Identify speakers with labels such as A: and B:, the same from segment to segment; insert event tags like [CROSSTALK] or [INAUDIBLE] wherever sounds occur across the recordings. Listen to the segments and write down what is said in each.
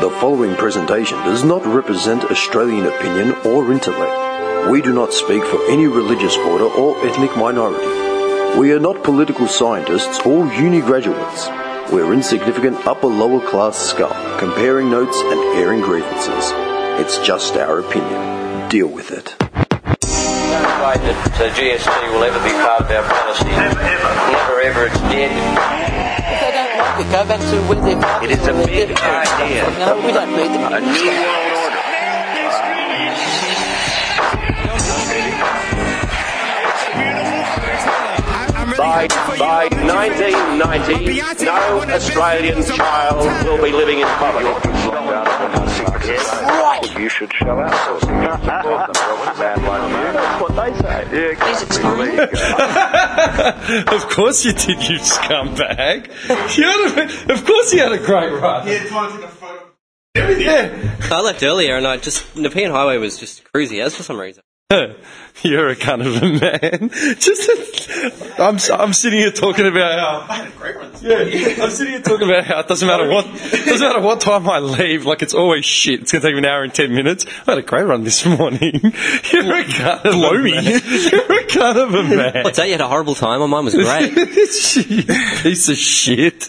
A: The following presentation does not represent Australian opinion or intellect. We do not speak for any religious order or ethnic minority. We are not political scientists or uni graduates. We're insignificant upper lower class scum comparing notes and airing grievances. It's just our opinion. Deal with it.
B: I'm afraid that uh, GST will ever be part of our policy. Never ever. Never ever. It's dead.
C: If they don't like it, go back to where they're from.
B: It is a
C: Where
B: big
C: they're from.
B: idea.
C: You know, we don't need them.
B: A new world order. By, by 1990, no Australian child will be living in poverty.
D: You should shell out sourcing. Support them, Robert. Bad like That's what they say. Yeah,
E: Please explain.
F: [LAUGHS] of course you did, you scumbag. You had a, of course you had a great run. Yeah, trying to take a photo.
G: So I left earlier and I just, Nepean Highway was just cruisy as for some reason.
F: Yeah. [LAUGHS] You're a kind of a man. [LAUGHS] Just, a, I'm, s- I'm sitting here talking about how. I had a great run. [LAUGHS] Yeah, I'm sitting here talking about how it doesn't matter what doesn't matter what time I leave. Like it's always shit. It's gonna take me an hour and ten minutes. I had a great run this morning. [LAUGHS] You're a kind of a man. You're a kind of
G: [LAUGHS]
F: a man.
G: I'd say you had a horrible time, or mine
B: [LAUGHS]
G: was great.
F: [LAUGHS] Shit, Piece of shit.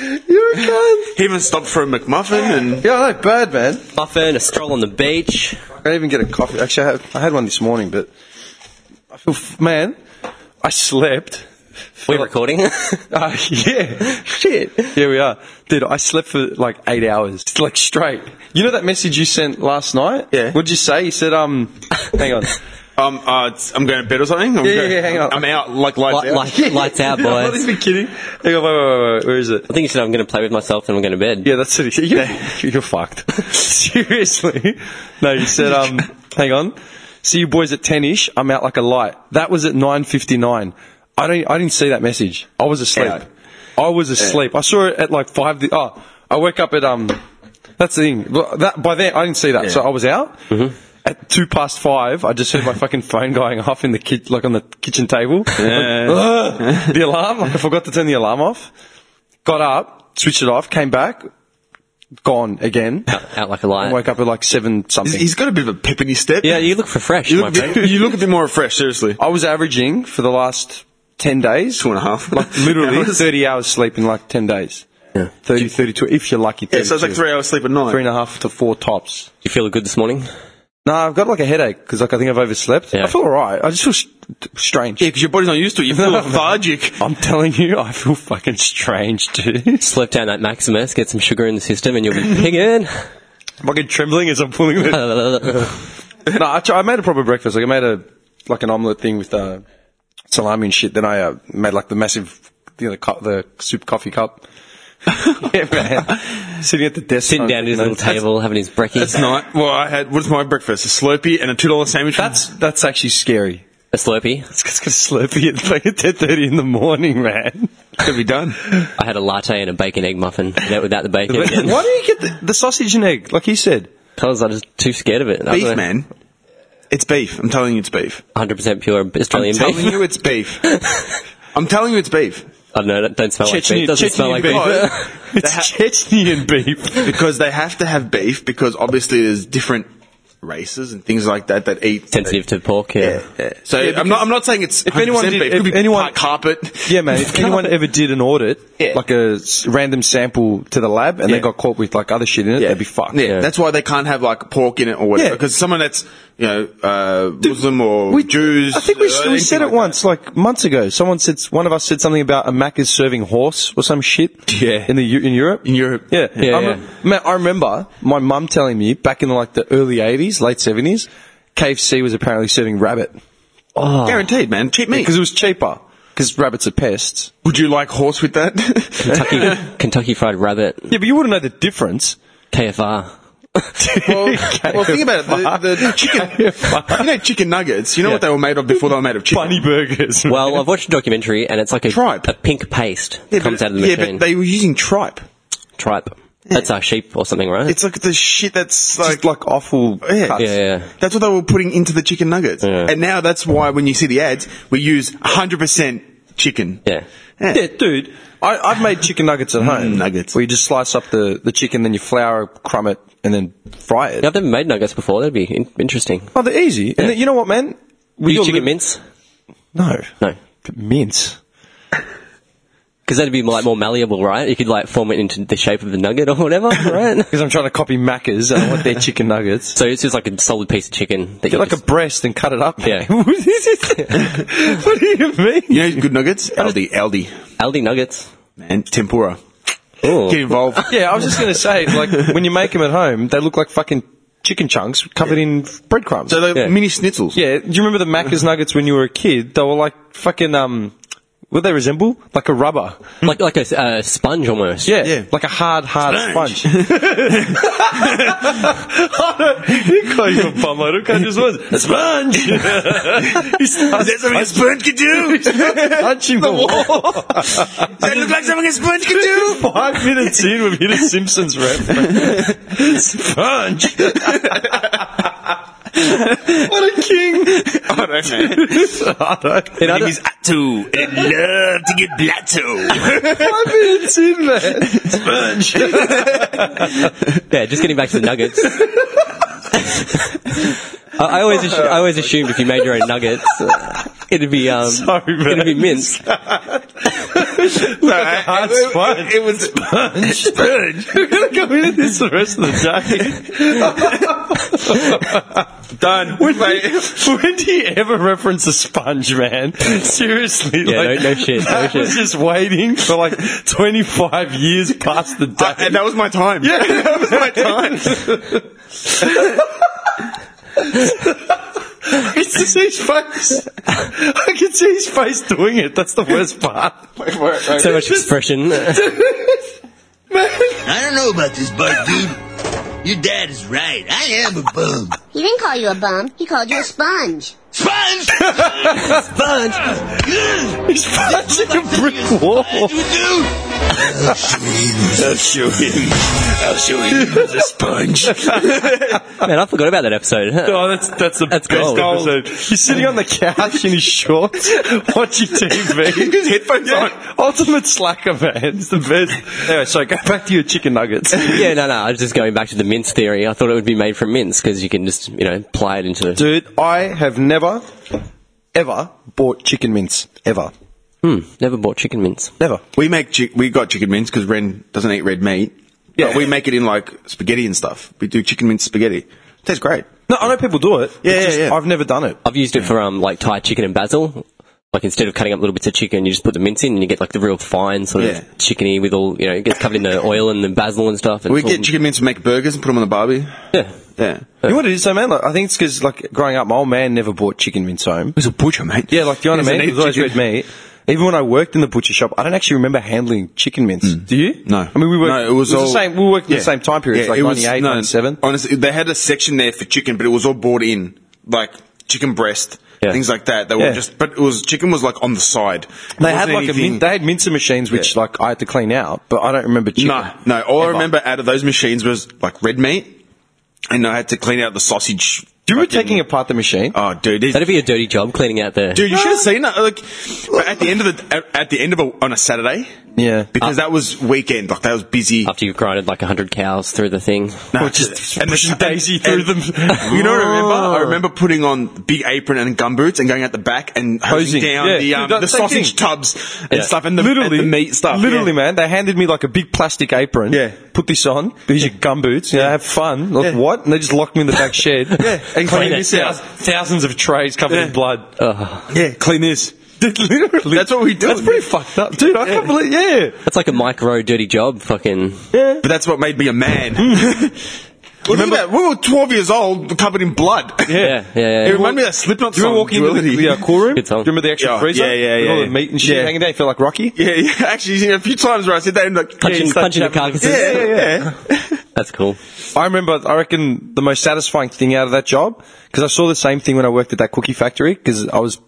F: You're a cunt.
H: He even stopped for a McMuffin and
F: Yeah, I know, bad man.
G: Muffin, a stroll on the beach.
F: I can't even get a coffee. Actually, I, have, I had one this morning, but I feel, f- man, I slept.
G: We're recording.
F: [LAUGHS]
G: [LAUGHS]
F: Uh, yeah, shit. Here we are, dude. I slept for like eight hours, like straight. You know that message you sent last night?
H: Yeah.
F: What'd you say? You said, um, hang [LAUGHS] on.
H: um, uh, it's- I'm going to bed or something. I'm
F: Yeah, yeah,
H: going-
F: yeah, hang on.
H: I'm out like lights
G: Light-
H: out.
G: light- Lights
F: [LAUGHS]
G: out,
F: I'm not
G: boys.
F: even kidding. Hang on, wait, wait, wait, wait. Where is it?
G: I think you said I'm going to play with myself and I'm going to bed.
F: Yeah, that's it. [LAUGHS] You're, you're fucked. [LAUGHS] Seriously. No, you said, um, hang on. See you boys at 10-ish. I'm out like a light. That was at 9.59. I don't, I didn't see that message. I was asleep.
H: Out.
F: I was asleep. I saw it at like 5. The, oh, I woke up at, um, that's the thing. Well, That, by then, I didn't see that. So I was out. At two past five, I just heard my fucking phone going off in the kit, like on the kitchen table. Like, [LAUGHS] "Ugh," the alarm, like I forgot to turn the alarm off. Got up, switched it off, came back, gone again.
G: Out like a light.
F: I woke up at like seven
H: He's-
F: something.
H: he's got a bit of a pep in his step.
G: yeah, you look refreshed,
H: You
G: my
H: look,
G: friend.
H: you look a bit more refreshed, [LAUGHS] seriously.
F: I was averaging for the last ten days, [LAUGHS]
H: Two and a half.
F: like [LAUGHS]
H: [LAUGHS]
F: literally
H: Hours.
F: thirty hours sleep in like ten days. Yeah. 30, 32, if you're lucky. 32.
H: Yeah, so it's like three hours sleep at night.
F: Three and a half to four tops.
G: You feel good this morning?
F: No, I've got like a headache because like I think I've overslept.
G: Yeah.
F: I feel alright. I just feel st- strange.
H: yeah, because your body's not used to it. You [LAUGHS] feel lethargic.
F: I'm telling you, I feel fucking strange, dude.
G: Slept down that Maximus, get some sugar in the system, and you'll be pinging.
F: [LAUGHS] fucking trembling as I'm pulling the no, I, tr- I made a proper breakfast. Like I made a like an omelet thing with uh, salami and shit. Then I uh, made like the massive, you know, the, cup, the soup coffee [LAUGHS] cup. yeah, man. Sitting at the desk,
G: Sitting down at
F: you
G: his
F: know,
G: little table, having his brekkie.
H: That's night. Well, I had what's my breakfast? A Slurpee and a two dollar sandwich. from-
F: That's that's that's actually scary.
G: A Slurpee.
F: It's just gonna slurpee at like ten thirty in the morning, man.
H: gonna be [LAUGHS] done.
G: I had a latte and a bacon egg muffin without, without
F: [LAUGHS]
G: the bacon.
F: Why
G: again.
F: do you get the, the sausage and egg? Oh, Like you said,
G: Because I was too scared of it. I was
H: Beef,
G: like,
H: man. It's beef. I'm telling you, it's beef.
G: 100% pure
H: I'm
G: Australian
H: telling
G: beef.
H: you, it's [LAUGHS] beef. I'm telling you, it's beef
G: [LAUGHS] I don't know, that don't smell like
F: Chechen-
G: beef. It doesn't smell like
F: Chechen
G: beef.
F: beef. [LAUGHS] it's Chechnyan beef.
H: because they have to have beef because obviously there's different races and things like that that eat
G: Sensitive to pork,
H: Yeah.
G: yeah.
H: yeah. So
F: Yeah,
H: I'm not. I'm not saying it's. If anyone did, beef. It
F: if
H: could be
F: anyone-
H: part carpet.
F: Yeah,
H: [LAUGHS]
F: man. If anyone ever did an audit,
H: Yeah.
F: like a s- random sample to the lab, and they
H: Yeah.
F: got caught with like other shit in it,
H: Yeah.
F: they'd be fucked.
H: Yeah. That's why they can't have like pork in it or whatever.
F: Yeah.
H: Because someone that's you know uh, Muslim or
F: We-
H: Jews.
F: I think we,
H: uh,
F: we
H: anything
F: said it
H: like
F: once, like months ago. Someone said one of us said something about a Mac is serving horse or some shit.
H: Yeah.
F: in the Eu- in Europe.
H: In Europe.
F: Yeah,
G: Yeah,
F: I'm a-
G: yeah.
F: man, I remember my mum telling me back in like the early '80s, late '70s, KFC was apparently serving rabbit
H: that. Oh. Guaranteed, man. Cheap meat.
F: because it was cheaper. Because rabbits are pests.
H: would you like horse with
F: [LAUGHS]
H: that?
G: Kentucky, Kentucky Fried Rabbit,
F: Yeah, but you wouldn't know the difference.
G: KFR.
H: well, well, think about it. The, the
F: [LAUGHS]
H: chicken. you know, chicken nuggets. You know what they were made of before they were made of chicken.
F: Bunny burgers.
G: Well, I've watched a documentary and it's like a,
H: Tripe.
G: a pink paste
H: Yeah,
G: comes
H: but-
G: out of the machine.
H: Yeah, but they were using tripe.
G: Tripe. That's our sheep or something, right?
H: [LAUGHS] It's like the shit that's like
F: just like awful.
H: Yeah.
F: cuts.
G: yeah, yeah.
H: That's what they were putting into the chicken nuggets.
G: Yeah.
H: And now that's why when you see the ads, we use 100% chicken.
G: Yeah.
F: Yeah, dude. I, I've made chicken nuggets at home.
H: nuggets.
F: Where you just slice up the, the chicken, then you flour, crumb it, and then fry it.
G: I've never made nuggets before. That'd be in- interesting.
F: Oh, they're easy. And then, you know what, man? With
G: Do you
F: your
G: chicken
F: li-
G: mince?
F: No.
G: No.
F: Mince.
G: Because that'd be like more malleable, right? You could like form it into the shape of the nugget or
H: [LAUGHS]
G: whatever, right?
F: Because I'm trying to copy Macca's and I want their chicken nuggets.
G: so it's just like a solid piece of chicken. That
F: Get
G: you
F: like a
G: just,
F: breast and cut it up.
G: Yeah.
F: man. [LAUGHS] what is it? what do you mean?
H: You know
F: [LAUGHS]
H: good nuggets? Aldi, Aldi,
G: Aldi nuggets.
H: man, tempura.
G: Ooh.
H: Get
G: [LAUGHS]
H: involved.
F: Yeah, I was just going to say, like, when you make them at home, they look like fucking chicken chunks covered in breadcrumbs.
H: So they're
G: Yeah.
H: mini schnitzels.
F: yeah, do you remember the Macca's nuggets when you were a kid? They were like fucking, um, what they resemble? Like a rubber.
G: like like a uh, sponge almost.
F: Yeah,
H: Hmm. Yeah.
F: like a hard, hard [LAUGHS]
H: Sponge.
F: sponge. you call you a bumloader. I just was a [LAUGHS] sponge. he
H: [LAUGHS] Is that
F: starts
H: something a sponge could
F: [LAUGHS]
H: do? Does
F: punching the wall.
H: that look like something a sponge could do?
G: [LAUGHS]
F: Five minutes in, we've hit a Simpsons reference. sponge. what a king!
H: I don't know. My name is Atto, and I love to get blatto.
F: Five minutes in, man. [LAUGHS]
G: Yeah, just getting back to
H: [LAUGHS]
G: the nuggets. I, I always assu- I always assumed if you made your own nuggets, uh, it'd be
H: [LAUGHS]
G: um,
F: Sorry, man.
G: it'd be mince.
F: Like a
H: [LAUGHS]
F: hard sponge. It was sponge. [LAUGHS] Sponge. We're gonna go into
H: [LAUGHS]
F: this the rest of the [LAUGHS] day. Done. When, when do you ever reference a sponge, man? Seriously,
G: Yeah,
F: like,
G: no- no shit, no
F: I was
G: shit.
F: just waiting for like twenty five years past the day.
H: and that was my time.
F: yeah, that was my time.
H: [LAUGHS]
F: I can see his face. I can see his face doing it. That's the worst part.
G: So
F: [LAUGHS]
G: much expression.
E: I don't know about this bug, dude. Your dad is right. I am a bum.
I: He didn't call you a bum. He called you a sponge.
E: Sponge!
G: sponge.
E: Good!
F: He's punching a brick wall.
E: You do? I'll show him. I'll show him. I'll show him he's a sponge.
G: Man, I forgot about that episode.
F: Oh, that's that's the
G: That's
F: best
G: gold.
F: episode. He's sitting on the couch in his shorts, watching TV.
H: His headphones
F: Yeah,
H: on.
F: Ultimate slacker, man. It's the best. Anyway, so go back to your chicken nuggets.
G: Yeah, no, no. I was just going back to the mince theory. I thought it would be made from mince because you can just, you know, ply it into. The,
F: Dude, I have never, ever bought chicken mince. Ever.
G: hmm, never bought chicken mince.
F: Never.
H: We make chick- we got chicken mince because Ren doesn't eat red meat. Yeah, we make it in like spaghetti and stuff. We do chicken mince spaghetti. tastes great.
F: No, I know people do it.
H: Yeah,
F: It's
H: yeah,
F: just
H: yeah.
F: I've never done it.
G: I've used it for um like Thai chicken and basil. Like instead of cutting up little bits of chicken, you just put the mince in, and you get like the real fine sort
H: Yeah.
G: of chickeny with all you know. It gets covered in the oil and the basil and stuff. and
H: We
G: it's
H: get
G: all-
H: chicken mince and make burgers and put them on the barbie.
G: Yeah.
H: Yeah.
F: You know what it is, though, man? Like, I think it's because, like, growing up, my old man never bought chicken mince home.
H: He's a butcher, mate.
F: Yeah, like, do you know what I mean? It was always
H: Doesn't
F: red
H: eat
F: meat. Even when I worked in the butcher shop, I don't actually remember handling chicken mince. Do you?
H: Mm. No,
F: I mean, we worked.
H: No, it was, all,
F: the same. We worked in
H: Yeah.
F: the same time period,
H: Yeah,
F: like
H: it was-
F: 98,
H: no,
F: 97.
H: Honestly, they had a section there for chicken, but it was all brought in, like chicken breast,
G: Yeah.
H: things like that. They
F: Yeah.
H: were just, but it was chicken was like on the side. It
F: They had
H: wasn't
F: like a min-
H: anything-
F: they had mincer machines, which like I had to clean out, but I don't remember chicken.
H: No, no. All I
F: Ever.
H: remember out of those machines was like red meat, and I had to clean out the sausage.
F: You were
H: fucking-
F: taking apart the machine.
H: Oh, dude, these-
G: That'd be a dirty job cleaning out the.
H: dude, you should have seen that. Like at the end of the at, at the end of a, on a Saturday,
F: Yeah.
H: because that was weekend. Like that was busy.
G: after you've grinded like hundred cows through the thing.
H: No,
F: Or just
H: and
F: pushing
H: the-
F: Daisy
H: and-
F: through them.
H: [LAUGHS]
F: Oh.
H: You know what I remember? I remember putting on big apron and gumboots and going out the back and hosing
F: Hosing,
H: down
F: yeah.
H: the, um,
F: Dude,
H: the
F: that's the
H: sausage
F: thing.
H: tubs and
G: Yeah.
H: stuff and the, literally,
F: literally
H: the meat stuff.
F: Literally,
H: yeah.
F: man, they handed me like a big plastic apron.
H: Yeah.
F: Put this on. Here's your gum boots. You know, have fun. Like
H: Yeah.
F: what? And they just locked me in the back shed. [LAUGHS] yeah.
H: and clean this out.
F: Thousands of trays covered in
H: Yeah.
F: blood.
H: Yeah, clean this.
F: Dude, [LAUGHS] literally.
H: That's what we do.
F: That's pretty fucked up, dude. I can't believe. Yeah.
G: That's like a micro dirty job. Fucking.
H: But that's what made me a [LAUGHS] man. Remember that? We were 12 years old, covered in [LAUGHS] blood.
G: Yeah, yeah,
H: It
G: yeah.
H: reminded me of that Slipknot
F: Do you
H: song.
F: remember walking into the,
H: Duality.
F: the uh, cool room? Do
G: Good
F: you
G: song.
F: remember the extra
H: Yeah,
F: freezer?
H: yeah, yeah,
F: With all
H: yeah.
F: the meat and shit
H: Yeah.
F: hanging down. You feel like Rocky?
H: [LAUGHS] Yeah, yeah, actually, you know, a few times where I said that and like,
G: Punching,
H: yeah,
G: punching the
H: yeah,
G: carcasses.
H: yeah, yeah.
G: [LAUGHS] That's cool.
F: I remember, I reckon the most satisfying thing out of that job, because I saw the same thing when I worked at that cookie
H: Mm-hmm.
F: factory, because I was,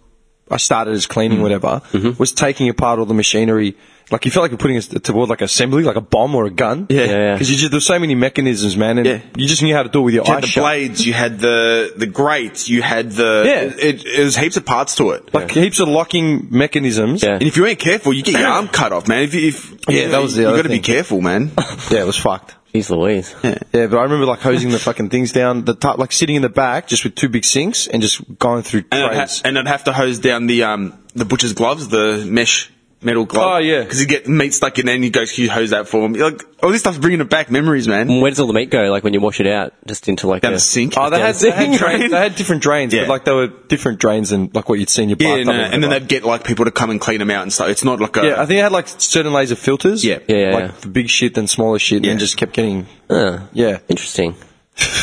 F: I started as cleaning, whatever, was taking apart all the machinery Like you felt like you're putting it toward like assembly, like a bomb or a gun.
H: Yeah. Yeah,
G: yeah.
F: Because you just there's so many mechanisms, man, and
H: Yeah.
F: you just knew how to do it with your
H: You
F: eyes
H: had the
F: shut.
H: blades, you had the the grates, you had the
F: Yeah.
H: It, it was heaps of parts to it.
F: Like heaps of locking mechanisms.
G: Yeah.
H: And if you weren't careful, you get your arm cut off, man. If, you, if
F: Yeah, that was the
H: you
F: other
H: got to be
F: thing.
H: careful, [LAUGHS] man.
F: Yeah, it was fucked.
G: Jeez Louise.
F: Yeah, but I remember like hosing the fucking things down, the top, like sitting in the back just with two big sinks and just going through
H: And I'd, ha-
F: trays.
H: and I'd have to hose down the um the butcher's gloves, the mesh metal glove.
F: Oh, yeah.
H: because you get meat stuck in there, and he goes, "Can you hose that for me?" Like all this stuff's bringing it back memories, man.
F: Mm,
G: And Where does all the meat go? Like when you wash it out, just into like
H: Down
G: a
H: the sink.
F: Oh, they
G: Yeah.
F: had, they [LAUGHS] had drains.
H: Drain.
F: They had different drains,
H: Yeah.
F: but like they were different drains than like what you'd seen in your
H: yeah,
F: bathtub.
H: no,
F: or
H: and then
F: whatever.
H: they'd get like people to come and clean them out and stuff. It's not like a
F: Yeah, I think it had like certain layers of filters.
H: Yeah.
G: Yeah, yeah,
F: like
G: yeah.
F: the big shit, then smaller shit,
H: Yeah.
F: and just kept getting.
G: Ah,
F: Yeah.
G: Interesting.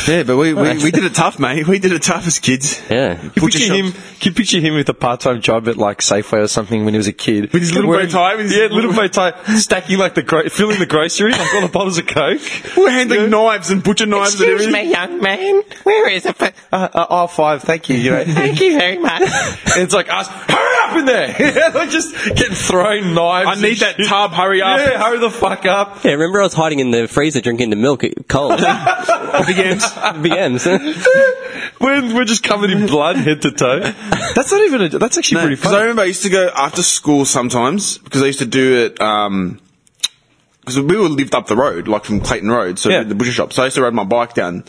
H: yeah, but we, we, we did it tough, mate. We did it tough as kids.
G: Yeah.
F: Can you
H: Butcher
F: picture him? Can you picture him with a part-time job at like Safeway or something when he was a kid?
H: With his little
F: Wearing-
H: bow tie, with his
F: yeah,
H: little-
F: little bow tie, stacking like the gro- filling the grocery, like all the bottles of coke.
H: We were handling knives and butcher knives and everything.
C: young man. Where is it?
F: Uh, uh, R five, thank you. You know, and
C: Thank you very much.
F: it's like us. Hurry up in there! [LAUGHS] like just getting thrown knives.
H: I
F: and
H: need that
F: shit.
H: tub. Hurry up.
F: Yeah, hurry the fuck up.
G: Yeah, remember I was hiding in the freezer drinking the milk cold.
H: Big ends.
G: Big M's.
F: We're, we're just covered in blood head to toe. That's not even. A, that's actually pretty
H: Because I
F: funny.
H: remember I used to go after school sometimes because I used to do it. Um, because we were lived up the road, like from Clayton Road, so
F: Yeah.
H: the butcher shop. So I used to ride my bike down,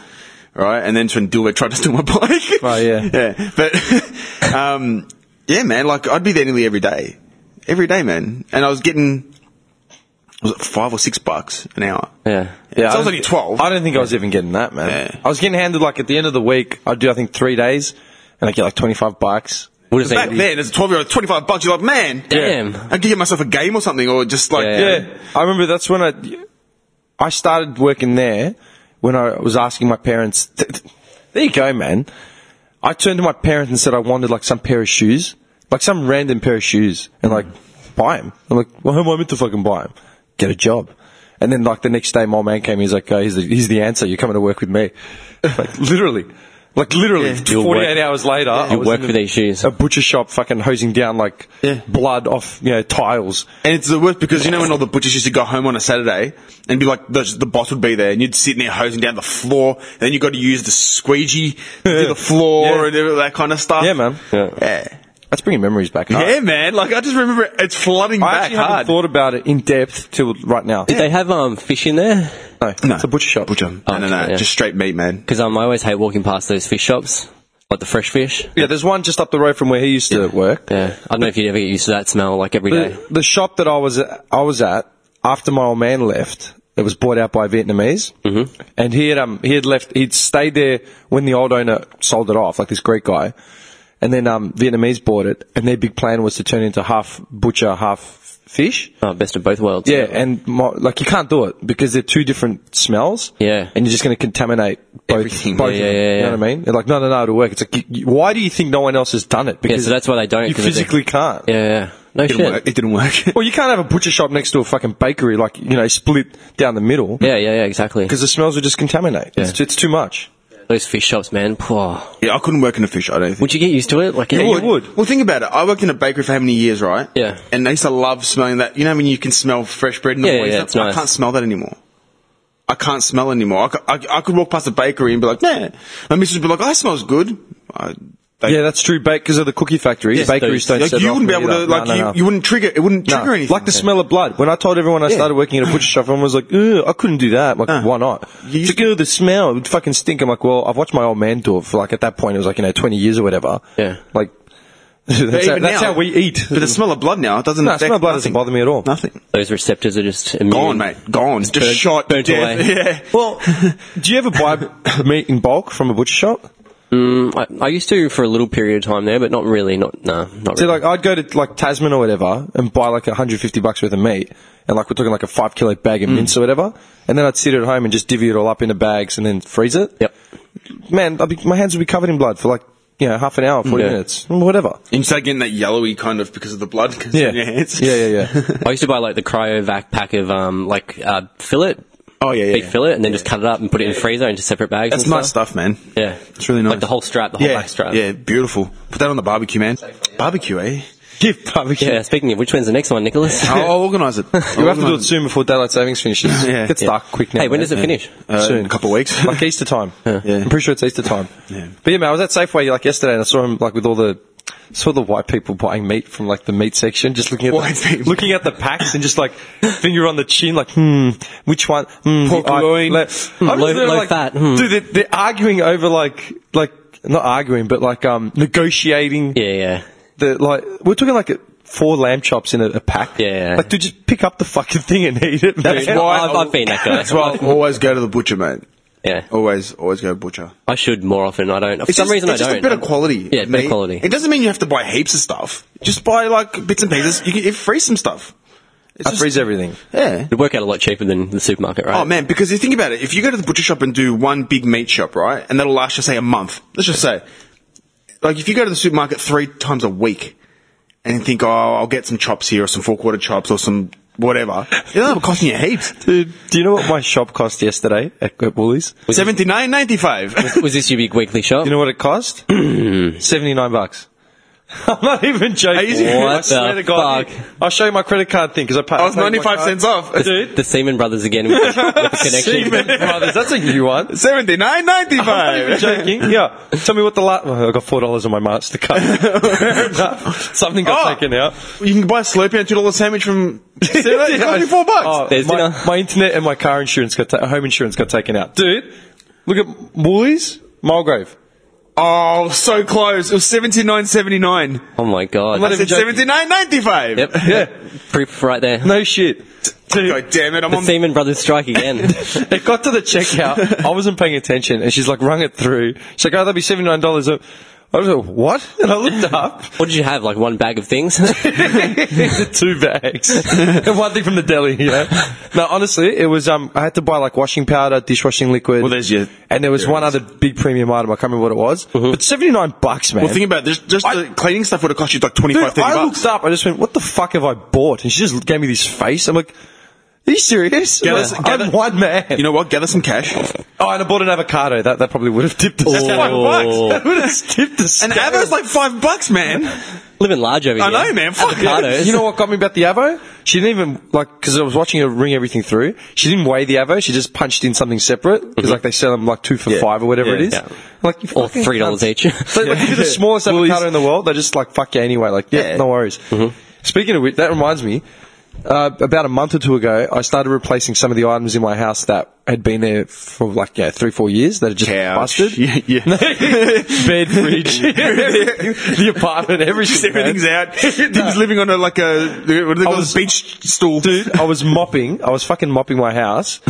H: right, and then turn Dilbert tried to steal my [LAUGHS] bike.
F: Oh, yeah.
H: [LAUGHS] yeah. But [LAUGHS] um, yeah, man, like I'd be there nearly every day, every day, man, and I was getting was it five or six bucks an hour.
G: yeah.
H: so I,
F: I
H: was
F: don't-
H: only twelve.
F: I don't think I was even getting that, man.
H: Yeah.
F: I was getting handed like at the end of the week. I'd do I think three days, and I get like twenty five bucks.
G: We'll just
H: Back
G: eat-
H: then, as a twelve-year-old, twenty-five bucks, you're like, man,
G: Damn.
H: I could get myself a game or something, or just like,
G: Yeah.
F: Yeah, I remember that's when I I started working there when I was asking my parents. th- th- There you go, man. I turned to my parents and said I wanted like some pair of shoes, like some random pair of shoes, and like buy them. I'm like, well, who am I meant to fucking buy them? Get a job. And then like the next day, my old man came. He's like, oh, he's the he's the answer. You're coming to work with
G: [LAUGHS]
F: me. Like literally, like literally,
G: You'll
F: 48
G: work-
F: hours later, I
G: You
F: was
G: work
F: in Oh,
G: for
F: a-
G: these shoes.
F: A butcher shop, fucking hosing down like
H: Yeah.
F: blood off, you know, tiles.
H: And it's the worst because you know when all the butchers used to go home on a Saturday and be like the, the boss would be there and you'd sit in there hosing down the floor and then you got to use the squeegee to [LAUGHS] do the floor
F: Yeah.
H: and all that kind of stuff.
F: Yeah, man.
G: Yeah.
H: Yeah.
F: That's bringing memories back.
H: Yeah, man. Like I just remember it- it's flooding
F: I
H: back
F: actually haven't
H: hard.
F: thought about it in depth till right now.
G: Did they have um, fish in there?
F: No,
H: No.
F: it's a butcher shop.
H: Butcher. No, no, no.
G: okay, yeah.
H: Just straight meat, man.
G: Because um, I always hate walking past those fish shops, like the fresh fish.
F: Yeah, there's one just up the road from where he used to work.
G: Yeah. I don't know if you'd ever get used to that smell, like every day.
F: The, the shop that I was at, I was at after my old man left, it was bought out by Vietnamese, mm-hmm. and he had um he had left. He'd stayed there when the old owner sold it off, like this Greek guy, and then um Vietnamese bought it, and their big plan was to turn it into half butcher, half fish.
G: Oh, best of both worlds.
F: Yeah, and mo like you can't do it because they're two different smells.
G: Yeah.
F: and you're just going to contaminate both.
H: Everything.
F: both
G: Yeah,
F: of them,
G: yeah, yeah,
F: You know what I mean? They're like, no, no, no, it'll work. It's like, you, you- why do you think no one else has done it?
G: Yeah, so that's why they don't.
F: you
G: 'cause it's a-
F: physically can't.
G: Yeah, yeah. No
H: It didn't
G: shit.
H: work. It didn't work. [LAUGHS]
F: Well, you can't have a butcher shop next to a fucking bakery, like you know, split down the middle.
G: Yeah, yeah, yeah, exactly.
F: because the smells will just contaminate.
G: Yeah.
F: It's, it's too much.
G: Those fish shops, man. Poor.
H: yeah, I couldn't work in a fish. I don't think.
G: Would you get used to it? Like,
F: You
G: yeah,
F: would.
H: Well, think about it. I worked in a bakery for how many years, right?
G: Yeah.
H: And I used to love smelling that. You know when you can smell fresh bread in the
G: Yeah, yeah,
H: morning?
G: yeah,
H: I-
G: it's nice.
H: I can't smell that anymore. I can't smell anymore. I, cou- I, I could walk past a bakery and be like, nah. My missus would be like, oh, that smells good. I, they-
F: yeah, that's true. Bake because of the cookie factories,
H: Yes,
F: bakeries
G: they-
F: don't.
H: like,
F: set it
H: you
F: off
H: wouldn't be
F: for me
H: able to,
F: either. No,
H: like,
F: no,
H: you,
F: no.
H: you wouldn't trigger, it wouldn't
F: No,
H: trigger anything.
F: Like the smell of blood. When I told everyone I started working at a butcher shop, everyone was like, Ugh, I couldn't do that. I'm like,
H: Uh.
F: why not?
H: You-
F: It's like, "Ugh, the smell. It would fucking stink. I'm like, well, I've watched my old man do it for like, at that point, it was like, you know, 20 years or whatever.
G: Yeah.
F: Like, [LAUGHS] that's, how,
H: even
F: that's
H: now-
F: how we eat.
H: But the smell of blood now, it doesn't
F: No,
H: affect
F: smell of blood
H: nothing.
F: doesn't bother me at all.
H: Nothing.
G: Those receptors are just immune.
H: Gone, mate. Gone. Just
G: burnt-
H: shot.
G: burnt
H: dead.
G: away.
H: [LAUGHS] Yeah.
F: Well, do you ever
H: [LAUGHS]
F: buy meat in bulk from a butcher shop?
G: Mm, I, I used to for a little period of time there, but not really. Not no, not
F: So
G: really.
F: like, I'd go to like Tasman or whatever and buy like 150 bucks worth of meat. And like, we're talking like a five kilo bag
G: Mm.
F: of mince or whatever. And then I'd sit at home and just divvy it all up into bags and then freeze it.
G: yep.
F: man, I'd be, my hands would be covered in blood for like, you know, half an hour, 40
G: Yeah.
F: minutes, whatever.
H: And you start getting that yellowy kind of because of the blood. 'cause [LAUGHS] in your hands.
F: Yeah, yeah, yeah.
G: [LAUGHS] I used to buy like the cryovac pack of um like uh, fillet,
H: Oh, yeah, yeah.
G: beef
H: yeah.
G: fillet, and then just cut it up and put it in the freezer into separate bags.
H: That's
G: and
H: nice stuff, man.
G: Yeah,
H: It's really nice.
G: Like the whole strap, the whole
H: yeah,
G: back strap.
H: Yeah, beautiful. Put that on the barbecue, man. Barbecue, eh?
F: Gift barbecue.
G: Yeah, speaking of which, when's the next one, Nicholas?
H: I'll, I'll [LAUGHS] organise it.
F: You have to do it soon before daylight savings finishes.
H: Yeah.
F: It gets
G: [LAUGHS] Yeah.
F: dark quick now.
G: Hey, when
F: man.
G: does it finish?
H: Uh,
F: soon.
H: in a couple of
F: [LAUGHS]
H: weeks.
F: like Easter time.
H: Yeah.
F: I'm pretty sure it's Easter time.
H: Yeah.
F: But yeah, man, I was at Safeway like yesterday, and I saw him like with all the saw the white people buying meat from like the meat section, just looking at
H: White
F: the,
H: people.
F: looking at the packs and just like finger on the chin, like hmm, which one? Hmm,
H: Pork
F: the eye-
H: loin.
F: le- I'm
G: low-
F: just there,
G: low
F: like,
G: fat, hmm.
F: Dude, they're, they're arguing over like like not arguing, but like um negotiating.
G: Yeah, yeah.
F: The like we're talking like a, four lamb chops in a, a pack.
G: Yeah.
F: Like, dude, just pick up the fucking thing and eat it.
G: That's
F: man.
G: why I've, I've been that guy.
H: That's why I always go to the butcher, mate.
G: Yeah,
H: Always, always go butcher.
G: I should more often. I don't. For
H: It's
G: some
H: just-
G: reason,
H: it's
G: I
H: just
G: don't.
H: a better
G: I'm-
H: quality.
G: Yeah,
H: of
G: better
H: meat.
G: quality.
H: It doesn't mean you have to buy heaps of stuff. Just buy like bits and pieces. You can you freeze some stuff. It's
F: I
H: just-
F: freeze everything.
H: Yeah.
G: It'd work out a lot cheaper than the supermarket, right?
H: Oh man, because you think about it, if you go to the butcher shop and do one big meat shop, right, and that'll last you say a month. Let's just say, like if you go to the supermarket three times a week, and you think, oh, I'll get some chops here or some four quarter chops or some whatever, it'll be costing you heaps.
F: Dude, do you know what my shop cost yesterday at, at Woolies?
H: Seventy nine ninety five.
G: Was this your big weekly shop?
F: You know what it [CLEARS THROAT] cost? Seventy nine bucks. I'm not even
H: Are
F: joking.
H: you serious?
F: I
G: What
F: swear
G: the
F: to God,
G: fuck?
F: I'll show you my credit card thing because I paid.
H: [LAUGHS] I was ninety five cents off. [LAUGHS]
F: dude.
G: the Seaman Brothers again with the, with the connection.
F: Seaman Brothers, that's a new one.
H: Seventy nine ninety
F: I'm not even [LAUGHS]
H: five.
F: joking. Yeah, tell me what the last. Oh, I got four dollars on my Mastercard. [LAUGHS] Fair enough. Something got
H: Oh.
F: taken out.
H: You can buy a Slurpee and two dollar sandwich from twenty
F: Oh,
H: four bucks.
G: There's dinner.
F: my, my internet and my car insurance got ta- home insurance got taken out. Dude, look at Woolies, Mulgrave.
H: Oh, so close. It was seventy nine seventy nine.
G: [LAUGHS] Oh my god.
H: I
F: Not
G: That's-
F: even
H: said
F: joking.
H: seventy nine ninety five.
G: Yep. Proof right there.
F: No shit. Dude,
H: God damn it! I'm
G: The
H: on
G: Seaman Brothers strike
H: [LAUGHS]
G: again.
F: [LAUGHS] It got to the checkout. I wasn't paying attention, and she's like, rung it through. She's like, oh, that'll be seventy nine dollars. I was like, what? And I looked up. [LAUGHS]
G: what did you have? Like one bag
H: [LAUGHS]
G: of things?
F: two bags [LAUGHS] and one thing from the deli. You know. No, honestly, it was. Um, I had to buy like washing powder, dishwashing liquid.
H: Well, there's your- Mm-hmm.
F: And there was one other big premium item. I can't remember what it was. But seventy nine bucks, man.
H: Well, think about it. Just, just the cleaning stuff would have cost you like 25,
F: Dude,
H: 30
F: I
H: bucks.
F: looked up. I just went, "What the fuck have I bought?" And she just gave me this face. I'm like, "Are you serious?"
H: Gather-
F: I'm like,
H: gather-
F: I'm one man.
H: You know what? Gather some cash.
F: oh, and I bought an avocado. That that probably would have tipped us.
G: Oh.
F: That would have tipped us.
H: And
F: down.
H: Avo's like five bucks, man.
G: Living large over
H: I
G: here.
H: know, man. Fuck
G: Avocados.
F: You know what got me about the Avo? She didn't even, like, because I was watching her ring everything through. She didn't weigh the Avo. She just punched in something separate. Because, like, they sell them, like, two for five or whatever
G: Mm-hmm. Yeah.
F: it is.
G: Yeah.
F: Like, you
G: Or
F: fucking
G: three dollars
F: cunt.
G: each.
H: [LAUGHS]
F: So, like,
G: [LAUGHS]
F: if you're the smallest avocado in the world, they just, like, fuck you anyway. Like, yeah,
H: Yeah.
F: no worries.
G: Mm-hmm.
F: Speaking of which, that reminds me, uh, about a month or two ago, I started replacing some of the items in my house that had been there for, like, yeah, three, four years that had just
H: Couch.
F: busted.
H: Yeah, [LAUGHS] yeah.
F: [LAUGHS] Bed,
H: [LAUGHS]
F: fridge, the apartment, everything. man.
H: Everything's [LAUGHS] out.
F: [LAUGHS]
H: Oh, Tim's living on a, like a, what do they
F: I
H: call
F: was-
H: this beach stool? [LAUGHS]
F: Dude, I was mopping. I was fucking mopping my house,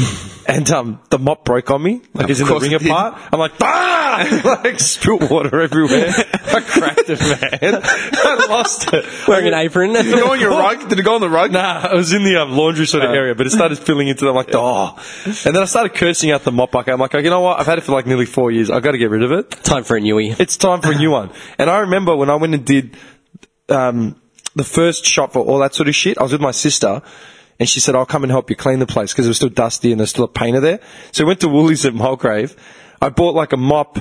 F: and um, the mop broke on me. Like, is in the
H: course
F: ring
H: it did.
F: apart. I'm like, bah! [LAUGHS] like, spilled water everywhere. [LAUGHS] I
G: [LAUGHS]
F: cracked it, man. I lost it.
G: Wearing an apron.
H: Did it go on your rug? Did it go on the rug?
F: Nah, it was in the um, laundry sort of area, but it started filling into. the I'm like, oh, and then I started cursing out the mop bucket. I'm like, oh, you know what? I've had it for like nearly four years. I've got to get rid of it
G: Time for a newie.
F: it's time for a new one. And I remember when I went and did um, the first shop for all that sort of shit, I was with my sister. And she said, I'll come and help you clean the place because it was still dusty and there's still a painter there. So we went to Woolies at Mulgrave. I bought like a mop,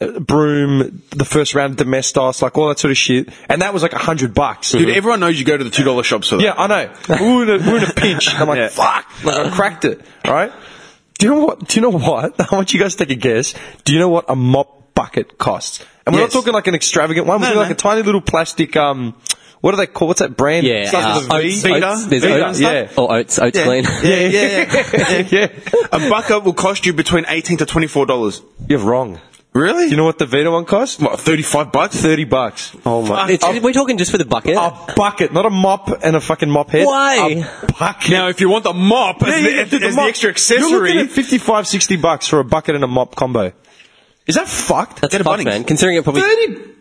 F: a broom, the first round of domestos, like all that sort of shit. And that was like a hundred bucks. Mm-hmm.
H: Dude, everyone knows you go to the $2 shops for that.
F: Yeah, I know. We're in a, we're in a pinch. [LAUGHS] I'm like,
H: Yeah.
F: fuck. Like, I cracked it. All right. Do you know what? Do you know what? [LAUGHS] I want you guys to take a guess. Do you know what a mop bucket costs? And we're
H: Yes.
F: not talking like an extravagant one. We're talking like a tiny little plastic. Um, what do they call? What's that brand?
G: Yeah.
F: Starts with a
G: uh,
F: V.
G: oats,
H: Vita?
G: oats, there's
H: Vita
G: oats.
H: and stuff?
G: Yeah. Or oats. Oats clean.
H: Yeah, yeah, yeah.
F: [LAUGHS]
H: [LAUGHS]
F: yeah.
H: a bucket will cost you between 18 to $24.
F: You're wrong.
H: Really?
F: Do you know what the Vita one costs?
H: what, 35 bucks?
F: Thirty bucks. Oh my.
G: It's, we're talking just for the bucket.
H: Oh,
F: A bucket, not a mop and a fucking mop head.
G: Why?
F: A bucket.
H: Now, if you want the mop as, the, as the
F: mop.
H: extra
F: You're looking
H: accessory,
F: at 55, 60 bucks for a bucket and a mop combo. Is that fucked?
G: That's
H: Get a
G: fucked,
H: Bunnings.
G: man. Considering it
F: [LAUGHS]
G: probably.
F: 30.